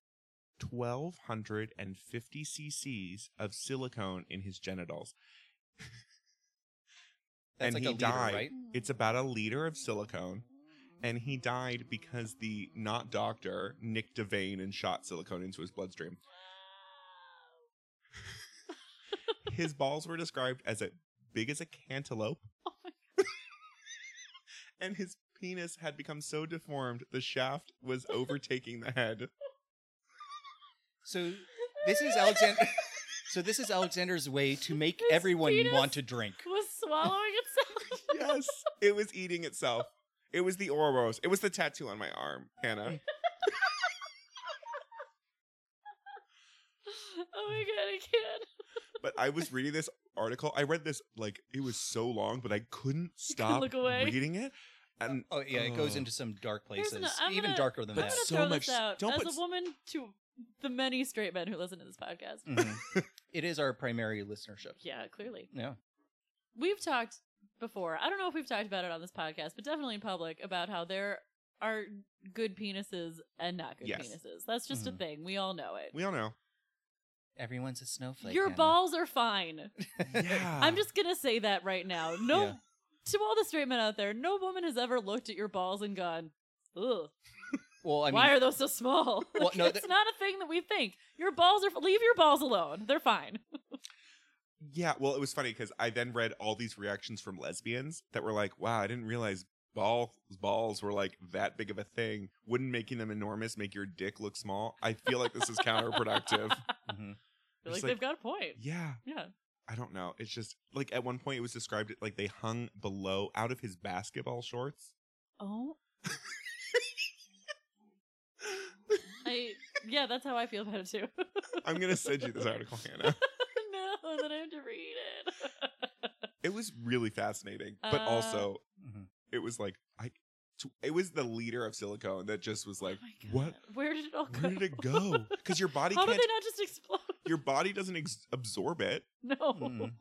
Speaker 3: 1,250 cc's of silicone in his genitals.
Speaker 2: That's
Speaker 3: And
Speaker 2: like
Speaker 3: he
Speaker 2: a leader,
Speaker 3: died.
Speaker 2: right?
Speaker 3: It's about a liter of silicone. And he died because the not doctor nicked a vein and shot silicone into his bloodstream. His balls were described as a big as a cantaloupe.
Speaker 1: Oh my
Speaker 3: and his penis had become so deformed the shaft was overtaking the head.
Speaker 2: So this is Alexander. so this is Alexander's way to make
Speaker 1: His
Speaker 2: everyone
Speaker 1: penis-
Speaker 2: want to drink.
Speaker 1: was swallowing itself.
Speaker 3: Yes, it was eating itself. It was the Oros. It was the tattoo on my arm, Hannah.
Speaker 1: oh my god, I can't.
Speaker 3: But I was reading this article. I read this like it was so long, but I couldn't stop
Speaker 1: look away. Uh,
Speaker 3: reading it. And
Speaker 2: Oh yeah, it goes
Speaker 3: Oh.
Speaker 2: into some dark
Speaker 1: Here's
Speaker 2: places,
Speaker 1: an- I'm
Speaker 2: even
Speaker 1: gonna-
Speaker 2: darker than
Speaker 1: I'm
Speaker 3: But
Speaker 2: that.
Speaker 1: gonna
Speaker 3: so
Speaker 1: throw
Speaker 3: much-
Speaker 1: this out
Speaker 3: don't
Speaker 1: as
Speaker 3: put s-
Speaker 1: a woman to the many straight men who listen to this podcast.
Speaker 2: Mhm. It is our primary listenership.
Speaker 1: Yeah, clearly.
Speaker 2: Yeah.
Speaker 1: We've talked before. I don't know if we've talked about it on this podcast, but definitely in public about how there are good penises and not good
Speaker 3: Yes. Mm-hmm.
Speaker 1: penises. That's just a
Speaker 2: Mhm.
Speaker 1: thing. We all know it.
Speaker 3: we all know.
Speaker 2: Everyone's a snowflake.
Speaker 1: Your
Speaker 2: Hannah.
Speaker 1: balls are fine.
Speaker 3: Yeah.
Speaker 1: I'm just gonna say that right now. No,
Speaker 2: Yeah.
Speaker 1: to all the straight men out there, no woman has ever looked at your balls and gone, "Ugh,
Speaker 2: Well, I mean,
Speaker 1: why are those so small?" Like,
Speaker 2: Well, no,
Speaker 1: it's
Speaker 2: th-
Speaker 1: not a thing that we think. Your balls are. Leave your balls alone. They're fine.
Speaker 3: Yeah, well, it was funny because I then read all these reactions from lesbians that were like, "Wow, I didn't realize balls balls were like that big of a thing. Wouldn't making them enormous make your dick look small? I feel like this is counterproductive."
Speaker 2: mhm.
Speaker 1: They're
Speaker 3: It's
Speaker 1: like,
Speaker 3: like-
Speaker 1: they've got a point.
Speaker 3: Yeah,
Speaker 1: Yeah.
Speaker 3: I don't know. It's just like at one point it was described like they hung below out of his basketball shorts.
Speaker 1: Oh. I yeah, that's how I feel about it too.
Speaker 3: I'm gonna send you this article, Hannah.
Speaker 1: no, then I have to read it.
Speaker 3: It was really fascinating, but
Speaker 1: Uh,
Speaker 3: also
Speaker 2: Mhm.
Speaker 3: it was like I. t- It was the leader of silicone that just was like,
Speaker 1: oh my God.
Speaker 3: "What?
Speaker 1: Where did it all go?
Speaker 3: Where did it go? Because your body
Speaker 1: How
Speaker 3: can't
Speaker 1: did they not just explode?
Speaker 3: your body doesn't ex- absorb it.
Speaker 1: No.
Speaker 3: Hmm.
Speaker 2: Mm.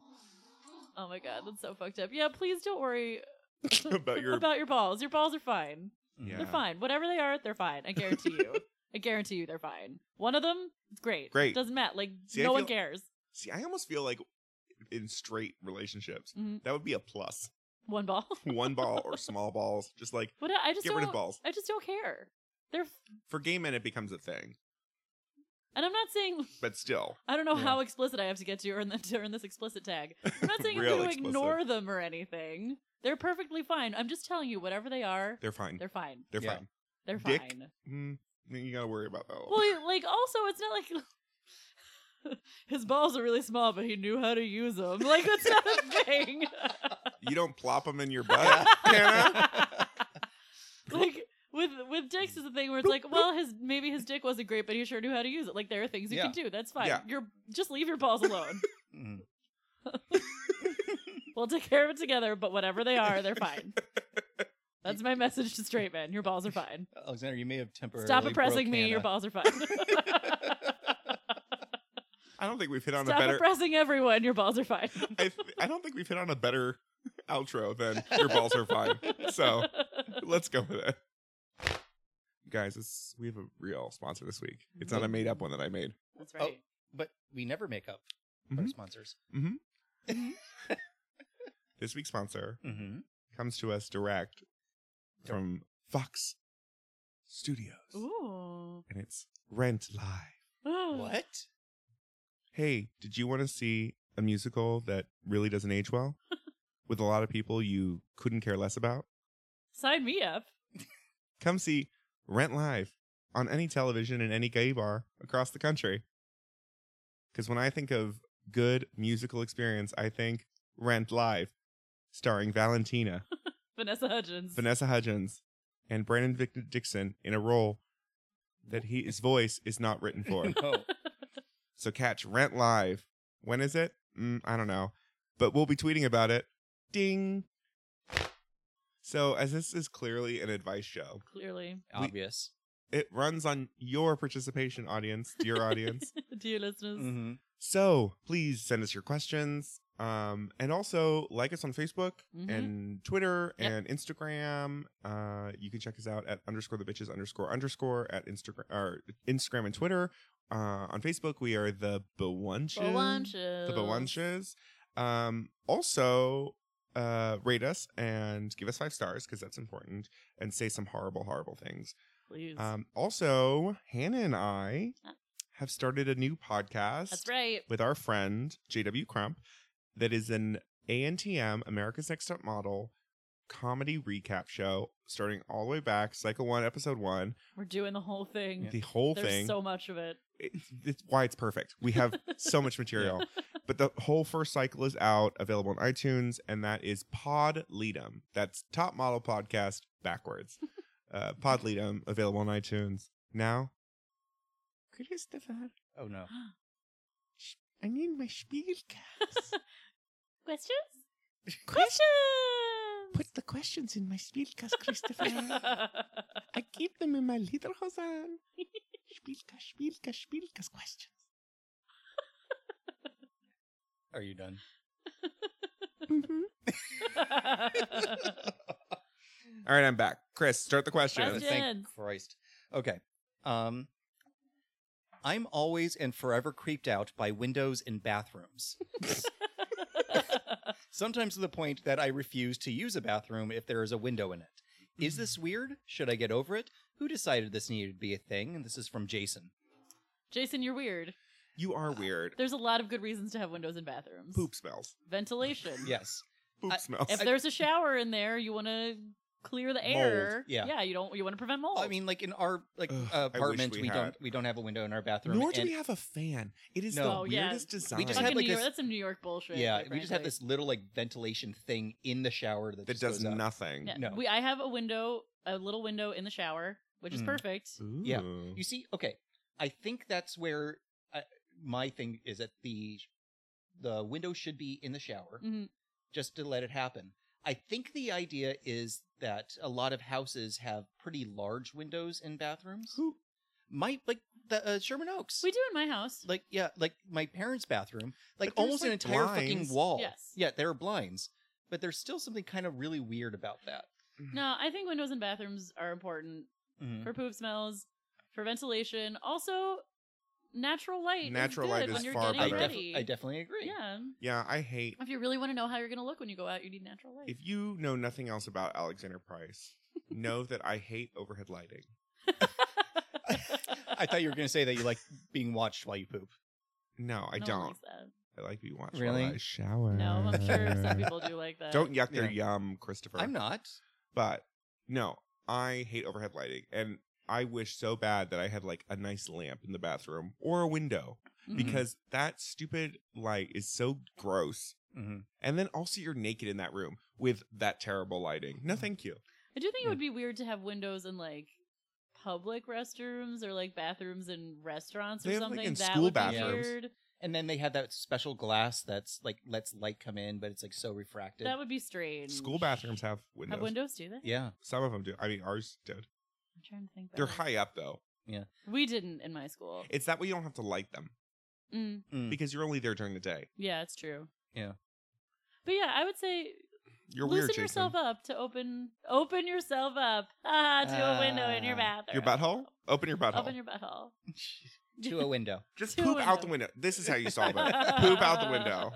Speaker 1: Oh my god, that's so fucked up. Yeah, please don't worry
Speaker 3: About your-
Speaker 1: balls. Your balls are fine.
Speaker 3: Yeah.
Speaker 2: Mm-hmm.
Speaker 1: They're fine. Whatever they are, they're fine. I guarantee you. I guarantee you, they're fine. One of them, great.
Speaker 3: Great.
Speaker 1: Doesn't matter. Like
Speaker 3: See, I
Speaker 1: no one
Speaker 3: feel-
Speaker 1: cares.
Speaker 3: See, I almost feel like in straight relationships,
Speaker 1: Mhm.
Speaker 3: that would be a plus.
Speaker 1: One ball.
Speaker 3: One ball or small balls, just like
Speaker 1: What? I just
Speaker 3: get
Speaker 1: don't.
Speaker 3: rid of balls.
Speaker 1: I just don't care. They're f-
Speaker 3: For gay men, it becomes a thing,
Speaker 1: and I'm not saying
Speaker 3: but still,
Speaker 1: I don't know
Speaker 2: Yeah.
Speaker 1: how explicit I have to get to earn, the, to earn this explicit tag. I'm not saying I'm
Speaker 3: Real
Speaker 1: going to
Speaker 3: explicit.
Speaker 1: ignore them or anything. They're perfectly fine. I'm just telling you, whatever they are,
Speaker 3: they're fine.
Speaker 1: they're fine.
Speaker 3: They're
Speaker 2: Yeah.
Speaker 3: fine.
Speaker 1: They're
Speaker 3: Dick.
Speaker 1: fine.
Speaker 3: Mm, you gotta worry about that. a little.
Speaker 1: Well, he- like also, it's not like his balls are really small, but he knew how to use them. Like that's not a thing.
Speaker 3: you don't plop them in your butt, Hannah.
Speaker 1: like with with dicks is a thing where it's like, well, his maybe his dick wasn't great, but he sure knew how to use it. Like there are things you
Speaker 2: Yeah.
Speaker 1: can do. That's fine.
Speaker 3: Yeah.
Speaker 1: You're just leave your balls alone.
Speaker 2: Mhm.
Speaker 1: we'll take care of it together. But whatever they are, they're fine. That's my message to straight men. Your balls are fine.
Speaker 2: Alexander, you may have temporarily
Speaker 1: Stop
Speaker 2: broke
Speaker 1: oppressing me. Your
Speaker 2: Hannah.
Speaker 1: balls are fine.
Speaker 3: I don't think we've hit on
Speaker 1: Stop
Speaker 3: a better.
Speaker 1: oppressing everyone. Your balls are fine.
Speaker 3: I, th- I don't think we've hit on a better outro than your balls are fine. So let's go with it. Guys, this, we have a real sponsor this week. It's not a made up one that I made.
Speaker 1: that's right.
Speaker 2: But we never make up our
Speaker 3: Mhm.
Speaker 2: sponsors.
Speaker 3: This week's sponsor
Speaker 2: Mm-hmm.
Speaker 3: comes to us direct from Fox Studios.
Speaker 1: Ooh.
Speaker 3: And it's Rent Live.
Speaker 2: What?
Speaker 3: Hey, did you want to see a musical that really doesn't age well? With a lot of people you couldn't care less about?
Speaker 1: Sign me up.
Speaker 3: Come see Rent Live on any television in any gay bar across the country. Because when I think of good musical experience, I think Rent Live, starring Valentina.
Speaker 1: Vanessa Hudgens.
Speaker 3: Vanessa Hudgens and Brandon Vic- Dixon in a role that he, his voice is not written for.
Speaker 2: No.
Speaker 3: so catch Rent Live. When is it? Mm, I don't know. But we'll be tweeting about it. Ding. So, as this is clearly an advice show,
Speaker 1: Clearly.
Speaker 2: Obvious.
Speaker 3: it runs on your participation, audience, dear audience.
Speaker 1: Dear listeners.
Speaker 2: Mm-hmm.
Speaker 3: so, please send us your questions, Um, and also like us on Facebook
Speaker 1: Mhm.
Speaker 3: and Twitter
Speaker 1: Yep.
Speaker 3: and Instagram. Uh, you can check us out at underscore the bitches underscore underscore at Instagram or Instagram and Twitter. Uh, on Facebook, we are the Bewunches. The Bewunches. Um, also, uh, rate us and give us five stars because that's important and say some horrible, horrible things.
Speaker 1: Please.
Speaker 3: Um, also, Hannah and I have started a new podcast
Speaker 1: Uh. That's right.
Speaker 3: with our friend JW Crump that is an ANTM America's Next Top Model comedy recap show starting all the way back cycle 1 episode 1
Speaker 1: We're doing the whole thing.
Speaker 3: the whole
Speaker 1: There's
Speaker 3: thing
Speaker 1: so much of it.
Speaker 3: it, it's why it's perfect we have so much material but the whole first cycle is out available on iTunes and that is Pod Leadum that's top model podcast backwards uh Pod Leadum available on iTunes now could you step out
Speaker 2: Oh no.
Speaker 3: I need my Spielcast
Speaker 1: Questions? Questions!
Speaker 3: Put the questions in my Spielcast, Christopher. I keep them in my Lederhosen. Spielcast, Spielcast, Spielcast questions.
Speaker 2: Are you done?
Speaker 3: Mm-hmm. All right, I'm back. Chris, start the question.
Speaker 1: Question.
Speaker 2: Thank Christ. Okay. Um I'm always and forever creeped out by windows in bathrooms. Sometimes to the point that I refuse to use a bathroom if there is a window in it.
Speaker 3: Mm-hmm.
Speaker 2: Is this weird? Should I get over it? Who decided this needed to be a thing? And this is from Jason.
Speaker 1: Jason, you're weird.
Speaker 3: You are weird.
Speaker 1: There's a lot of good reasons to have windows in bathrooms.
Speaker 3: Poop smells.
Speaker 1: Ventilation.
Speaker 2: Yes.
Speaker 3: Poop
Speaker 2: I-
Speaker 3: smells.
Speaker 1: If
Speaker 2: I-
Speaker 1: there's a shower in there, you want to clear the air.
Speaker 2: yeah.
Speaker 1: Yeah, you don't you want to prevent mold.
Speaker 2: I mean, like in our like
Speaker 3: Ugh, I
Speaker 2: uh,
Speaker 3: wish
Speaker 2: apartment,
Speaker 3: we
Speaker 2: we,
Speaker 3: had.
Speaker 2: don't we don't have a window in our bathroom.
Speaker 3: Nor do
Speaker 2: and-
Speaker 3: we have a fan. It is
Speaker 2: No.
Speaker 3: the
Speaker 1: Oh, yeah.
Speaker 3: weirdest design.
Speaker 2: We just
Speaker 1: Fucking
Speaker 2: had, like,
Speaker 1: New
Speaker 2: a
Speaker 1: York,
Speaker 2: s-
Speaker 1: that's some New York bullshit.
Speaker 2: yeah,
Speaker 1: quite
Speaker 2: we just have
Speaker 1: frankly.
Speaker 2: this little like ventilation thing in the shower that,
Speaker 3: that
Speaker 2: just
Speaker 3: does
Speaker 2: goes up.
Speaker 3: nothing.
Speaker 1: Yeah,
Speaker 2: No.
Speaker 1: We I have a window, a little window in the shower, which is
Speaker 2: Mm.
Speaker 1: perfect.
Speaker 2: Yeah.
Speaker 3: Ooh.
Speaker 2: You see, okay, I think that's where uh, my thing is that the the window should be in the shower
Speaker 3: Mm.
Speaker 1: Mhm.
Speaker 2: just to let it happen. I think the idea is that a lot of houses have pretty large windows in bathrooms.
Speaker 3: Who-
Speaker 2: Might like the uh, Sherman Oaks.
Speaker 1: We do in my house.
Speaker 2: like yeah, like my parents' bathroom, like
Speaker 3: But there's,
Speaker 2: almost an
Speaker 3: like,
Speaker 2: entire
Speaker 3: blinds.
Speaker 2: fucking wall.
Speaker 1: Yes.
Speaker 2: Yeah, there are blinds, but there's still something kind of really weird about that.
Speaker 1: No, I think windows and bathrooms are important
Speaker 3: Mm-hmm.
Speaker 1: for
Speaker 3: Mm.
Speaker 1: poop smells, for ventilation, also natural light. is
Speaker 3: Natural
Speaker 1: good
Speaker 3: light
Speaker 1: when
Speaker 3: is
Speaker 1: you're
Speaker 3: far
Speaker 1: getting
Speaker 2: I,
Speaker 3: better.
Speaker 2: def-
Speaker 1: ready.
Speaker 2: I definitely agree.
Speaker 1: yeah.
Speaker 3: Yeah, I hate.
Speaker 1: If you really want to know how you're going to look when you go out, you need natural light.
Speaker 3: If you know nothing else about Alexander Price, know that I hate overhead lighting.
Speaker 2: I thought you were going to say that you like being watched while you poop.
Speaker 3: No, I
Speaker 1: No one
Speaker 3: don't.
Speaker 1: likes that.
Speaker 3: I like to be watched
Speaker 2: Really?
Speaker 3: while I shower.
Speaker 1: No, I'm sure some people do like that.
Speaker 3: Don't yuck their yum, Christopher.
Speaker 2: I'm not.
Speaker 3: But no, I hate overhead lighting, and I wish so bad that I had like a nice lamp in the bathroom or a window
Speaker 1: Mhm.
Speaker 2: Mm-hmm.
Speaker 3: because that stupid light is so gross. And then also you're naked in that room with that terrible lighting.
Speaker 2: Mm-hmm.
Speaker 3: No, thank you.
Speaker 1: I do think
Speaker 2: Yeah.
Speaker 1: it would be weird to have windows in like public restrooms or like bathrooms in restaurants or
Speaker 3: They have, like,
Speaker 1: something.
Speaker 3: in
Speaker 1: that
Speaker 3: school
Speaker 1: would
Speaker 3: bathrooms.
Speaker 1: be weird.
Speaker 2: And then they have that special glass that's like lets light come in, but it's like so refracted.
Speaker 1: That would be strange.
Speaker 3: School bathrooms have windows.
Speaker 1: have windows, do they?
Speaker 2: yeah,
Speaker 3: Some of them do. I mean, ours did.
Speaker 1: I'm trying to think.
Speaker 3: They're
Speaker 1: back.
Speaker 3: high up though.
Speaker 1: We didn't in my school.
Speaker 3: It's that way you don't have to light them
Speaker 1: Mm,
Speaker 2: Mm.
Speaker 3: because you're only there during the day.
Speaker 1: yeah, it's true.
Speaker 2: Yeah.
Speaker 1: But yeah, I would say
Speaker 3: You're
Speaker 1: loosen
Speaker 3: weird, Jason.
Speaker 1: yourself up to open open yourself up ah, to a window in your
Speaker 2: Ah.
Speaker 1: bathroom.
Speaker 3: Your butthole? Open your butthole.
Speaker 1: Open your butthole.
Speaker 2: to a window.
Speaker 3: Just
Speaker 1: to a
Speaker 3: poop out
Speaker 1: window.
Speaker 3: the window. This is how you solve it. poop out the window.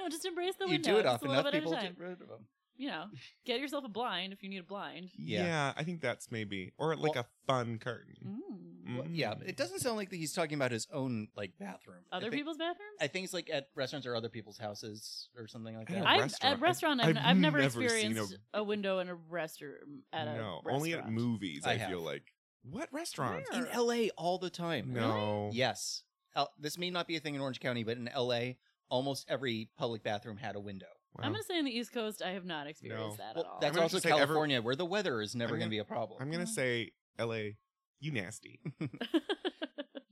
Speaker 1: No, just embrace the
Speaker 2: you
Speaker 1: window.
Speaker 2: do it
Speaker 1: just
Speaker 2: often
Speaker 1: a little
Speaker 2: enough,
Speaker 1: bit
Speaker 2: people
Speaker 1: at a
Speaker 2: get
Speaker 1: time.
Speaker 2: rid of them.
Speaker 1: You know, get yourself a blind if you need a blind.
Speaker 3: Yeah.
Speaker 2: Yeah.
Speaker 3: I think that's maybe or like
Speaker 2: Well-
Speaker 3: a fun curtain.
Speaker 1: Mm.
Speaker 2: Well, yeah, but it doesn't sound like he's talking about his own like bathroom. I
Speaker 1: Other
Speaker 2: think-
Speaker 1: people's bathrooms?
Speaker 2: I think it's like at restaurants or other people's houses or something like
Speaker 3: I don't
Speaker 2: that.
Speaker 3: know.
Speaker 1: I've,
Speaker 3: restaurant.
Speaker 1: At restaurant, I've,
Speaker 3: I've
Speaker 1: I've never,
Speaker 3: never seen
Speaker 1: experienced a... window in a restroom at a
Speaker 3: no,
Speaker 1: restaurant.
Speaker 3: only at movies. I,
Speaker 2: I have.
Speaker 3: feel like what restaurants?
Speaker 1: Where?
Speaker 2: in LA all the time.
Speaker 3: No,
Speaker 2: Yes. L- this may not be a thing in Orange County, but in LA, almost every public bathroom had a window.
Speaker 3: Wow.
Speaker 1: I'm gonna say in the East Coast, I have not experienced
Speaker 3: No.
Speaker 1: that
Speaker 2: Well,
Speaker 1: at all.
Speaker 2: that's
Speaker 3: I'm gonna
Speaker 2: also
Speaker 3: just say every-
Speaker 2: California, where the weather is never going
Speaker 3: I'm gonna-
Speaker 2: to be a problem.
Speaker 3: I'm gonna say L.A. You nasty.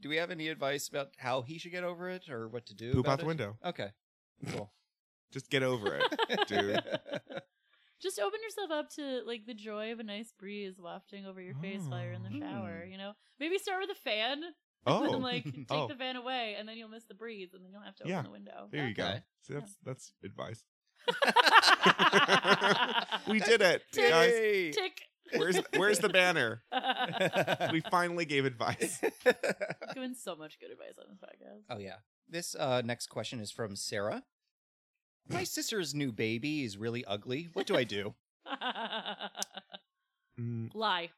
Speaker 2: Do we have any advice about how he should get over it or what to do?
Speaker 3: Poop
Speaker 2: about
Speaker 3: out the
Speaker 2: it?
Speaker 3: window.
Speaker 2: Okay. Cool.
Speaker 3: Just get over it, dude.
Speaker 1: Just open yourself up to like the joy of a nice breeze wafting over your face while you're in the shower.
Speaker 3: Mm.
Speaker 1: You know, maybe start with a fan And
Speaker 3: Oh,
Speaker 1: then, like, take
Speaker 3: Oh.
Speaker 1: the van away, and then you'll miss the breeze, and then you'll have to open
Speaker 3: Yeah.
Speaker 1: the window.
Speaker 3: there you go.
Speaker 2: Okay.
Speaker 3: See, that's that's advice.
Speaker 1: go.
Speaker 3: We did it, guys.
Speaker 2: Yay!
Speaker 1: Tick.
Speaker 3: Where's where's the banner? We
Speaker 2: We-
Speaker 3: finally gave advice.
Speaker 1: Doing so much good advice on this podcast.
Speaker 2: oh yeah. This uh, next question is from Sarah. My sister's new baby is really ugly. What do I do?
Speaker 3: Mm,
Speaker 1: Lie.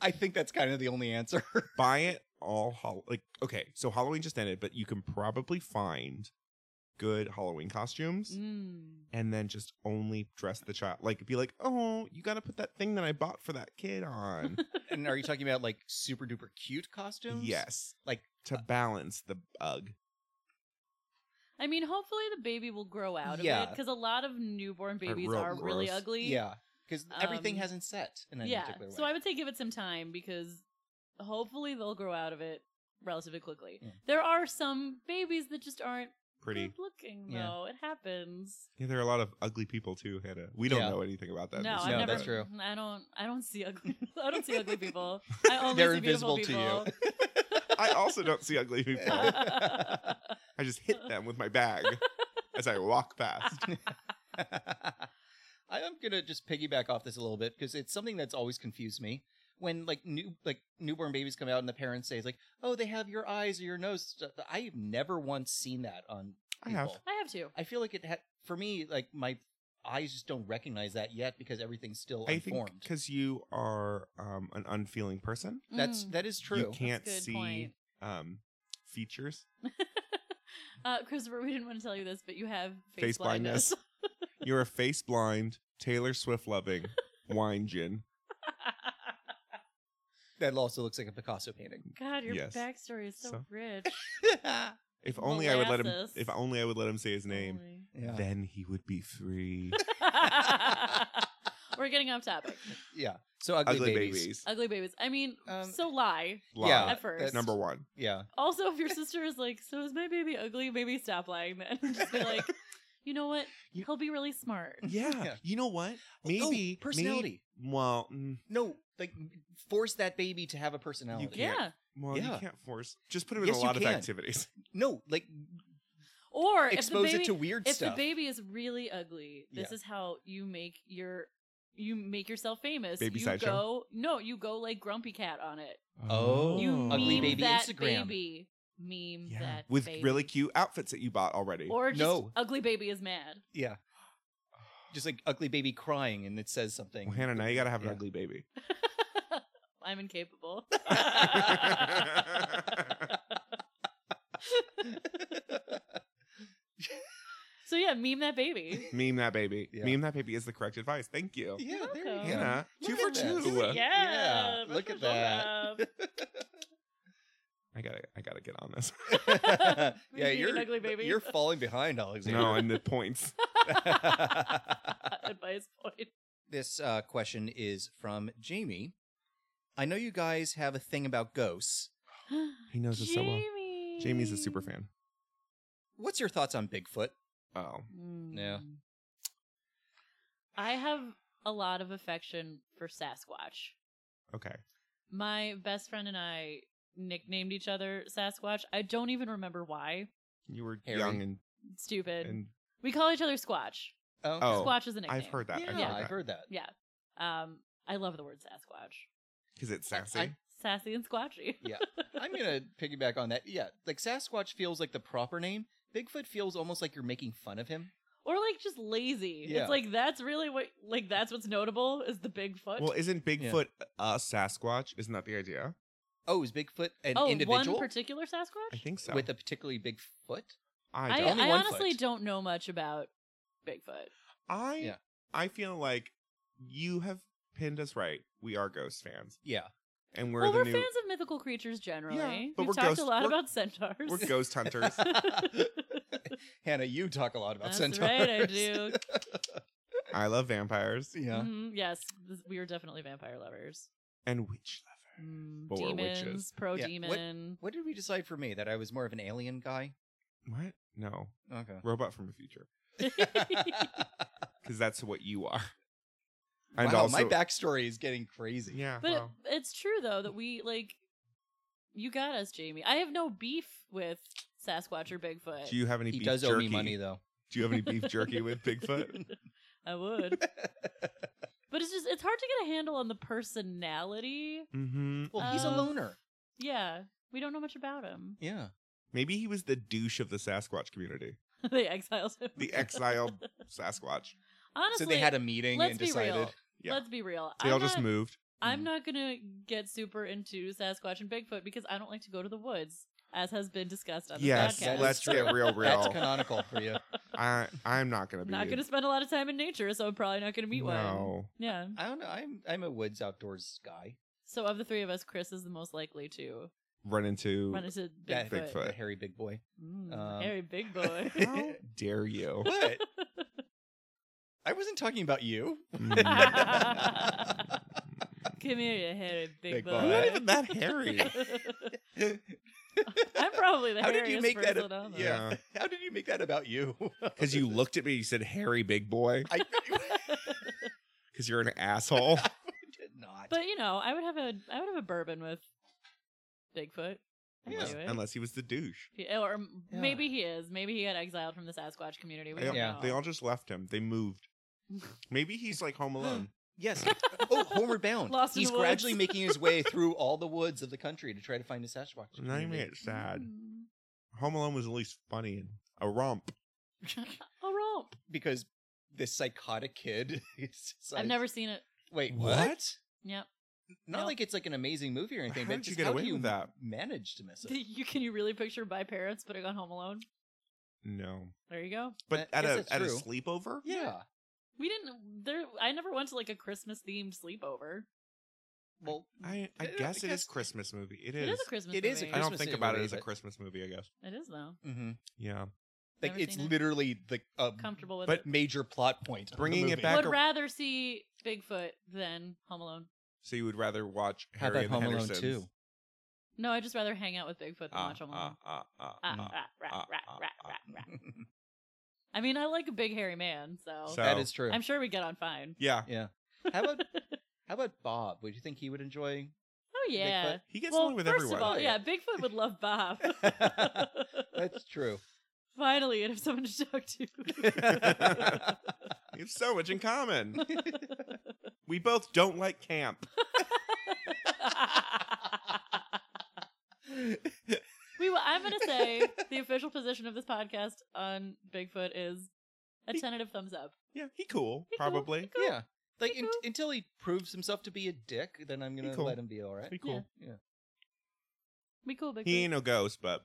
Speaker 2: I think that's kind of the only answer.
Speaker 3: buy it all hol- like okay so halloween just ended but you can probably find good halloween costumes
Speaker 1: Mm.
Speaker 3: and then just only dress the child like be like oh you gotta put that thing that i bought for that kid on
Speaker 2: and are you talking about like super duper cute costumes?
Speaker 3: yes
Speaker 2: Like-
Speaker 3: to balance the bug
Speaker 1: I mean, hopefully the baby will grow out of
Speaker 2: Yeah.
Speaker 1: it because a lot of newborn babies
Speaker 3: real
Speaker 1: are really
Speaker 3: gross.
Speaker 1: ugly.
Speaker 2: Yeah, because everything
Speaker 1: Um,
Speaker 2: hasn't set in any
Speaker 1: Yeah.
Speaker 2: particular way.
Speaker 1: So I would say give it some time because hopefully they'll grow out of it relatively quickly.
Speaker 2: Yeah.
Speaker 1: There are some babies that just aren't
Speaker 3: pretty
Speaker 1: good looking
Speaker 2: Yeah.
Speaker 1: though. It happens.
Speaker 3: yeah there are a lot of ugly people too hannah we don't
Speaker 2: Yeah.
Speaker 3: know anything about that
Speaker 1: no, I've
Speaker 3: This is-
Speaker 2: No,
Speaker 1: never.
Speaker 2: that's true.
Speaker 1: I don't. I don't see ugly. I don't see ugly people. I only
Speaker 2: They're
Speaker 1: see beautiful
Speaker 2: invisible to
Speaker 1: people.
Speaker 2: you.
Speaker 3: i also don't see ugly people i just hit them with my bag as i walk past
Speaker 2: I'm gonna just piggyback off this a little bit because it's something that's always confused me. When like new like newborn babies come out and the parents say it's like, oh, they have your eyes or your nose. stuff." I've never once seen that on
Speaker 3: I have.
Speaker 2: people.
Speaker 1: I have two.
Speaker 2: I feel like it had for me like my eyes just don't recognize that yet because everything's still
Speaker 3: i think
Speaker 2: unformed.
Speaker 3: because you are um, an unfeeling person
Speaker 2: That's
Speaker 1: Mm.
Speaker 2: that is true.
Speaker 3: You can't
Speaker 1: That's a good
Speaker 3: see
Speaker 1: point.
Speaker 3: um features.
Speaker 1: uh, Christopher, we didn't want to tell you this, but you have face,
Speaker 3: Face
Speaker 1: blindness.
Speaker 3: blindness. You're a face blind, Taylor Swift loving wine gin.
Speaker 2: That also looks like a Picasso painting.
Speaker 1: God, your
Speaker 3: Yes.
Speaker 1: backstory is so,
Speaker 3: So-
Speaker 1: rich.
Speaker 3: If only I would let him
Speaker 1: Molasses. Oh
Speaker 3: if only I would let him say his name,
Speaker 1: Holy.
Speaker 2: yeah.
Speaker 3: then he would be free.
Speaker 1: We're getting off topic.
Speaker 2: yeah. So ugly,
Speaker 3: Ugly
Speaker 2: babies.
Speaker 3: babies.
Speaker 1: Ugly babies. I mean,
Speaker 2: Um,
Speaker 1: so lie.
Speaker 3: Lie.
Speaker 2: Yeah,
Speaker 1: At first. Oh,
Speaker 2: that's-
Speaker 3: Number one.
Speaker 2: Yeah.
Speaker 1: Also, if your sister is like, "So is my baby ugly?" Maybe stop lying then. Just be like, "You know what?
Speaker 3: You-
Speaker 1: He'll be really smart."
Speaker 2: Yeah.
Speaker 3: You know what?
Speaker 2: Oh, no, personality.
Speaker 3: may- well, mm,
Speaker 2: No, like force that baby to have a personality.
Speaker 3: can't.
Speaker 1: Yeah.
Speaker 3: well,
Speaker 2: Yeah.
Speaker 3: you can't force. Just put him in
Speaker 2: Yes,
Speaker 3: a
Speaker 2: you
Speaker 3: lot of
Speaker 2: can.
Speaker 3: activities.
Speaker 2: No, like
Speaker 1: Or
Speaker 2: expose
Speaker 1: if the baby,
Speaker 2: it to weird
Speaker 1: if
Speaker 2: stuff.
Speaker 1: the baby is really ugly, this is how you make your you make yourself famous.
Speaker 3: Baby
Speaker 1: you
Speaker 3: sideshow?
Speaker 1: go no, you go like Grumpy Cat on it.
Speaker 2: Oh.
Speaker 1: You meme
Speaker 2: Ugly baby
Speaker 1: that
Speaker 2: Instagram.
Speaker 1: baby. Meme
Speaker 3: Yeah.
Speaker 1: that
Speaker 3: With
Speaker 1: baby.
Speaker 3: really cute outfits that you bought already.
Speaker 1: or just
Speaker 2: No.
Speaker 1: ugly baby is mad.
Speaker 2: yeah. Just like ugly baby crying and it says something.
Speaker 3: well, Hannah, now you gotta have an
Speaker 2: Yeah.
Speaker 3: ugly baby.
Speaker 1: I'm incapable. so yeah, meme that baby.
Speaker 3: Meme that baby.
Speaker 2: Yeah.
Speaker 3: Meme that baby is the correct advice. Thank you.
Speaker 2: yeah, there you go.
Speaker 1: welcome.
Speaker 3: Hannah, two
Speaker 2: Look
Speaker 3: for
Speaker 2: at that.
Speaker 3: two.
Speaker 1: Yeah.
Speaker 2: Yeah,
Speaker 1: that's
Speaker 2: look at
Speaker 1: what's up.
Speaker 3: I gotta, I gotta get on this.
Speaker 2: yeah,
Speaker 1: Maybe an
Speaker 2: you're
Speaker 1: ugly baby.
Speaker 2: You're falling behind, Alexander.
Speaker 3: no, and the points.
Speaker 1: Advice point.
Speaker 2: this uh, question is from Jamie. I know you guys have a thing about ghosts.
Speaker 3: He knows this so well.
Speaker 1: Jamie.
Speaker 3: Jamie's a super fan.
Speaker 2: What's your thoughts on Bigfoot?
Speaker 3: Oh,
Speaker 2: Yeah.
Speaker 1: Mm. I have a lot of affection for Sasquatch.
Speaker 3: okay.
Speaker 1: My best friend and I nicknamed each other Sasquatch. I don't even remember why.
Speaker 3: You were
Speaker 2: Harry.
Speaker 3: young and
Speaker 1: Stupid.
Speaker 3: and
Speaker 1: we call each other Squatch.
Speaker 3: Oh,
Speaker 1: Squatch is a nickname.
Speaker 3: I've heard that.
Speaker 2: yeah,
Speaker 3: I've heard
Speaker 2: I've
Speaker 3: that
Speaker 2: heard that.
Speaker 1: Yeah. Um, I love the word Sasquatch.
Speaker 3: because it's sassy.
Speaker 2: I-
Speaker 1: Sassy and squatchy.
Speaker 2: Yeah. I'm gonna piggyback on that. Yeah, like Sasquatch feels like the proper name. Bigfoot feels almost like you're making fun of him.
Speaker 1: or like just lazy.
Speaker 2: Yeah.
Speaker 1: It's like that's really what like that's what's notable is the Bigfoot.
Speaker 3: well, isn't Bigfoot a Sasquatch? Isn't that the idea?
Speaker 2: Oh, is Bigfoot an
Speaker 1: oh,
Speaker 2: individual
Speaker 1: one particular
Speaker 3: I
Speaker 1: Sasquatch?
Speaker 3: think so.
Speaker 2: with a particularly big foot?
Speaker 3: I
Speaker 1: I,
Speaker 3: don't.
Speaker 2: Only
Speaker 1: I
Speaker 2: one
Speaker 1: honestly
Speaker 2: foot.
Speaker 1: don't know much about Bigfoot.
Speaker 3: I,
Speaker 2: Yeah.
Speaker 3: I feel like you have pinned us right. We are ghost fans,
Speaker 2: Yeah.
Speaker 3: and we're
Speaker 1: well,
Speaker 3: the
Speaker 1: we're
Speaker 3: new.
Speaker 1: fans of mythical creatures generally.
Speaker 3: but
Speaker 1: We've
Speaker 3: we're
Speaker 1: talked
Speaker 3: ghost-
Speaker 1: a lot
Speaker 3: we're-
Speaker 1: about centaurs.
Speaker 3: We're ghost hunters.
Speaker 2: Hannah, you talk a lot about
Speaker 1: That's
Speaker 2: centaurs.
Speaker 1: right, I do.
Speaker 3: I love vampires
Speaker 2: yeah.
Speaker 1: Mhm, yes, th- we are definitely vampire lovers.
Speaker 3: and witch lovers.
Speaker 1: Mm,
Speaker 3: But we're witches.
Speaker 1: demons, pro
Speaker 2: Yeah, what-
Speaker 1: demon.
Speaker 2: What did we decide for me? That I was more of an alien guy?
Speaker 3: What? No,
Speaker 2: Okay.
Speaker 3: robot from the future. Because that's what you are.
Speaker 2: wow, my backstory is getting crazy.
Speaker 3: yeah.
Speaker 1: But it,
Speaker 3: wow.
Speaker 1: it's true though that we like You got us, Jamie. I have no beef with Sasquatch or Bigfoot.
Speaker 3: Do you have any
Speaker 2: He
Speaker 3: beef
Speaker 2: does
Speaker 3: jerky?
Speaker 2: owe me money though.
Speaker 3: Do you have any beef jerky with Bigfoot?
Speaker 1: I would. but it's just it's hard to get a handle on the personality.
Speaker 3: Mm-hmm.
Speaker 2: Well, he's a
Speaker 1: Um,
Speaker 2: loner.
Speaker 1: Yeah. We don't know much about him.
Speaker 2: Yeah.
Speaker 3: Maybe he was the douche of the Sasquatch community,
Speaker 1: they exiled him.
Speaker 3: the exiled Sasquatch.
Speaker 1: Honestly,
Speaker 2: so they had a meeting
Speaker 1: let's
Speaker 2: and
Speaker 1: be
Speaker 2: decided.
Speaker 1: real.
Speaker 3: Yeah.
Speaker 1: Let's be real.
Speaker 3: They
Speaker 1: I'm
Speaker 3: all just
Speaker 1: not-
Speaker 3: moved.
Speaker 1: I'm not gonna get super into Sasquatch and Bigfoot because I don't like to go to the woods, as has been discussed on the
Speaker 3: Yes,
Speaker 1: podcast.
Speaker 2: That
Speaker 3: let's
Speaker 2: is true.
Speaker 3: get real, real.
Speaker 2: That's canonical for you.
Speaker 3: I I'm not gonna be
Speaker 1: not gonna spend a lot of time in nature, so I'm probably not gonna meet one.
Speaker 3: no.
Speaker 1: Yeah.
Speaker 2: I don't know. I'm I'm a woods outdoors guy.
Speaker 1: So of the three of us, Chris is the most likely to
Speaker 3: Run into
Speaker 1: run into
Speaker 2: Yeah,
Speaker 1: Bigfoot.
Speaker 3: Bigfoot.
Speaker 2: The hairy big boy.
Speaker 1: Mm,
Speaker 2: Um,
Speaker 1: hairy big boy.
Speaker 3: How dare you?
Speaker 2: What? I wasn't talking about you.
Speaker 1: Mm. Come here, you hairy big,
Speaker 2: Big
Speaker 1: boy.
Speaker 2: boy. Not
Speaker 3: even that hairy.
Speaker 1: I'm probably the
Speaker 2: How
Speaker 1: hairiest
Speaker 2: did you make that?
Speaker 1: person on there.
Speaker 2: yeah. How did you make that about you?
Speaker 3: Because you looked at me, you said "hairy big boy,"
Speaker 2: I,
Speaker 3: because you're an asshole.
Speaker 2: I did not.
Speaker 1: But you know, I would have a I would have a bourbon with Bigfoot. I'd
Speaker 2: Yeah.
Speaker 3: Unless,
Speaker 1: do it.
Speaker 3: unless he was the douche.
Speaker 1: He- or m-
Speaker 2: Yeah.
Speaker 1: maybe he is. Maybe he got exiled from the Sasquatch community. We
Speaker 3: They all-
Speaker 1: don't
Speaker 2: Yeah.
Speaker 1: know.
Speaker 3: They all just left him. They moved. Maybe he's like home alone.
Speaker 2: yes. Oh, homeward bound.
Speaker 1: Lost in
Speaker 2: He's
Speaker 1: the woods.
Speaker 2: gradually making his way through all the woods of the country to try to find a Sasquatch.
Speaker 3: now you made
Speaker 2: community.
Speaker 3: it sad.
Speaker 1: Mm.
Speaker 3: Home Alone was at least funny and a romp.
Speaker 1: A romp.
Speaker 2: because this psychotic kid. Is just
Speaker 1: I've
Speaker 2: like-
Speaker 1: never seen it.
Speaker 2: Wait,
Speaker 3: What?
Speaker 2: what?
Speaker 1: Yep.
Speaker 2: Not
Speaker 1: No.
Speaker 2: like it's like an amazing movie or anything.
Speaker 3: How
Speaker 2: but
Speaker 3: did
Speaker 2: it's
Speaker 3: you
Speaker 2: just
Speaker 3: get
Speaker 2: how
Speaker 3: away
Speaker 2: do you
Speaker 3: with that?
Speaker 2: Manage to miss it.
Speaker 1: You can you really picture my parents putting on Home Alone?
Speaker 3: No,
Speaker 1: There you go.
Speaker 3: but
Speaker 2: I guess
Speaker 3: at a
Speaker 2: that's
Speaker 3: at a
Speaker 2: true.
Speaker 3: sleepover.
Speaker 2: Yeah.
Speaker 1: We didn't there I never went to like a Christmas themed sleepover.
Speaker 2: Well,
Speaker 3: I I
Speaker 2: I don't-
Speaker 3: guess
Speaker 2: I
Speaker 3: it is
Speaker 2: guess-
Speaker 3: Christmas movie. It
Speaker 1: It is
Speaker 3: is.
Speaker 1: a Christmas
Speaker 2: it
Speaker 1: movie.
Speaker 2: is a
Speaker 3: I don't
Speaker 2: Christmas
Speaker 3: think about it
Speaker 2: movie,
Speaker 3: as a
Speaker 2: but-
Speaker 3: Christmas movie. I guess.
Speaker 1: It is though.
Speaker 2: mhm.
Speaker 3: Yeah.
Speaker 2: like
Speaker 1: Never
Speaker 2: it's
Speaker 1: seen it.
Speaker 2: literally the uh,
Speaker 1: Comfortable with
Speaker 3: But
Speaker 1: it.
Speaker 2: major plot point. of the
Speaker 3: Bringing it
Speaker 2: movie.
Speaker 3: back
Speaker 1: Would
Speaker 3: ar-
Speaker 1: rather see Bigfoot than Home Alone.
Speaker 3: So you would rather watch
Speaker 2: How about
Speaker 3: Harry and
Speaker 2: Home
Speaker 3: the
Speaker 2: Alone
Speaker 3: Hendersons?
Speaker 2: too?
Speaker 1: No, I'd just rather hang out with Bigfoot than
Speaker 3: Ah,
Speaker 1: watch Home Alone.
Speaker 3: ah, ah, ah,
Speaker 1: Ah,
Speaker 3: ah.
Speaker 1: rah, rah,
Speaker 3: ah,
Speaker 1: rah,
Speaker 3: ah,
Speaker 1: rah,
Speaker 3: ah.
Speaker 1: rah, rah.
Speaker 2: mm.
Speaker 1: I mean, I like a big hairy man, so,
Speaker 3: So-
Speaker 2: That is true.
Speaker 1: I'm sure we get on fine.
Speaker 3: Yeah.
Speaker 2: yeah. How about how about Bob? Would you think he would enjoy?
Speaker 1: Oh yeah.
Speaker 2: Bigfoot?
Speaker 3: He gets
Speaker 1: well,
Speaker 3: along with
Speaker 1: first
Speaker 3: everyone.
Speaker 1: of all,
Speaker 2: Oh,
Speaker 1: yeah,
Speaker 2: yeah.
Speaker 1: Bigfoot would love Bob.
Speaker 2: That's true.
Speaker 1: Finally, I'd have someone to talk to.
Speaker 3: We have so much in common. we both don't like camp.
Speaker 1: we, will- I'm gonna say the official position of this podcast on Bigfoot is a tentative thumbs up.
Speaker 3: Yeah, he cool,
Speaker 1: He cool,
Speaker 3: probably.
Speaker 1: he cool.
Speaker 2: Yeah. Like
Speaker 1: Be
Speaker 2: un-
Speaker 1: cool.
Speaker 2: until he proves himself to be a dick, then I'm gonna
Speaker 3: cool.
Speaker 2: let him be all right.
Speaker 3: Be cool.
Speaker 2: Yeah.
Speaker 1: We cool, Bigfoot.
Speaker 3: He ain't no ghost, but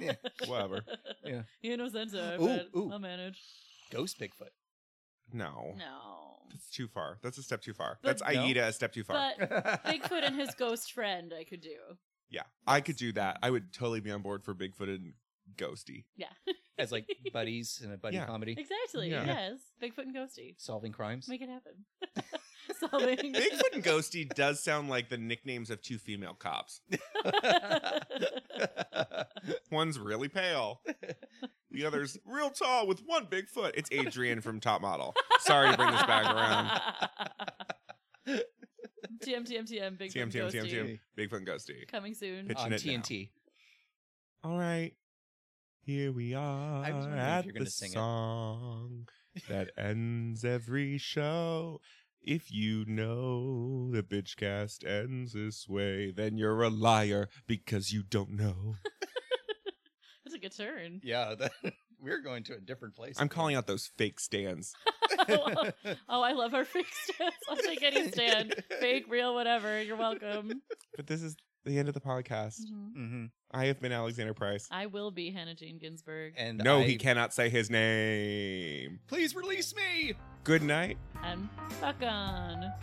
Speaker 2: Yeah,
Speaker 3: whatever.
Speaker 2: Yeah.
Speaker 1: You know, Sensei,
Speaker 2: Ooh,
Speaker 1: but
Speaker 2: ooh.
Speaker 1: I'll manage.
Speaker 2: Ghost Bigfoot.
Speaker 3: no.
Speaker 1: No.
Speaker 3: That's too far. That's a step too far.
Speaker 1: But-
Speaker 3: That's
Speaker 2: No.
Speaker 3: Aida a step too far.
Speaker 1: But Bigfoot and his ghost friend, I could do.
Speaker 3: yeah, I could do that. I would totally be on board for Bigfoot and Ghosty.
Speaker 1: Yeah.
Speaker 2: As like buddies in a buddy
Speaker 3: Yeah.
Speaker 2: comedy,
Speaker 1: Exactly.
Speaker 3: Yeah.
Speaker 1: Yes. Bigfoot and Ghosty.
Speaker 2: solving crimes.
Speaker 1: Make it happen. Solving.
Speaker 3: Bigfoot and Ghosty does sound like the nicknames of two female cops. One's really pale. The other's real tall with one big foot. It's Adrian from Top Model. Sorry to bring this back around.
Speaker 1: TM, TM, TM, Bigfoot
Speaker 3: TM,
Speaker 1: and
Speaker 3: TM,
Speaker 1: Ghosty.
Speaker 3: TM, TM. Bigfoot and Ghosty.
Speaker 1: Coming soon.
Speaker 3: Pitch-
Speaker 2: on
Speaker 3: Pitching it now.
Speaker 2: TNT.
Speaker 3: All right. Here we are
Speaker 2: I was wondering if
Speaker 3: at
Speaker 2: you were gonna
Speaker 3: the
Speaker 2: sing it.
Speaker 3: song that ends every show. If you know the bitchcast ends this way, then you're a liar because you don't know.
Speaker 1: That's a good turn.
Speaker 2: Yeah, that, we're going to a different place.
Speaker 3: I'm calling out those fake stands.
Speaker 1: oh, I love our fake stance. I'll take any stand. Fake, real, whatever. You're welcome.
Speaker 3: But this is the end of the podcast.
Speaker 1: Mhm.
Speaker 2: Mhm.
Speaker 3: I have been Alexander Price.
Speaker 1: I will be Hannah Jane Ginsburg.
Speaker 2: And
Speaker 3: No,
Speaker 2: I-
Speaker 3: he cannot say his name.
Speaker 2: Please release me.
Speaker 3: Good night.
Speaker 1: And fuck on.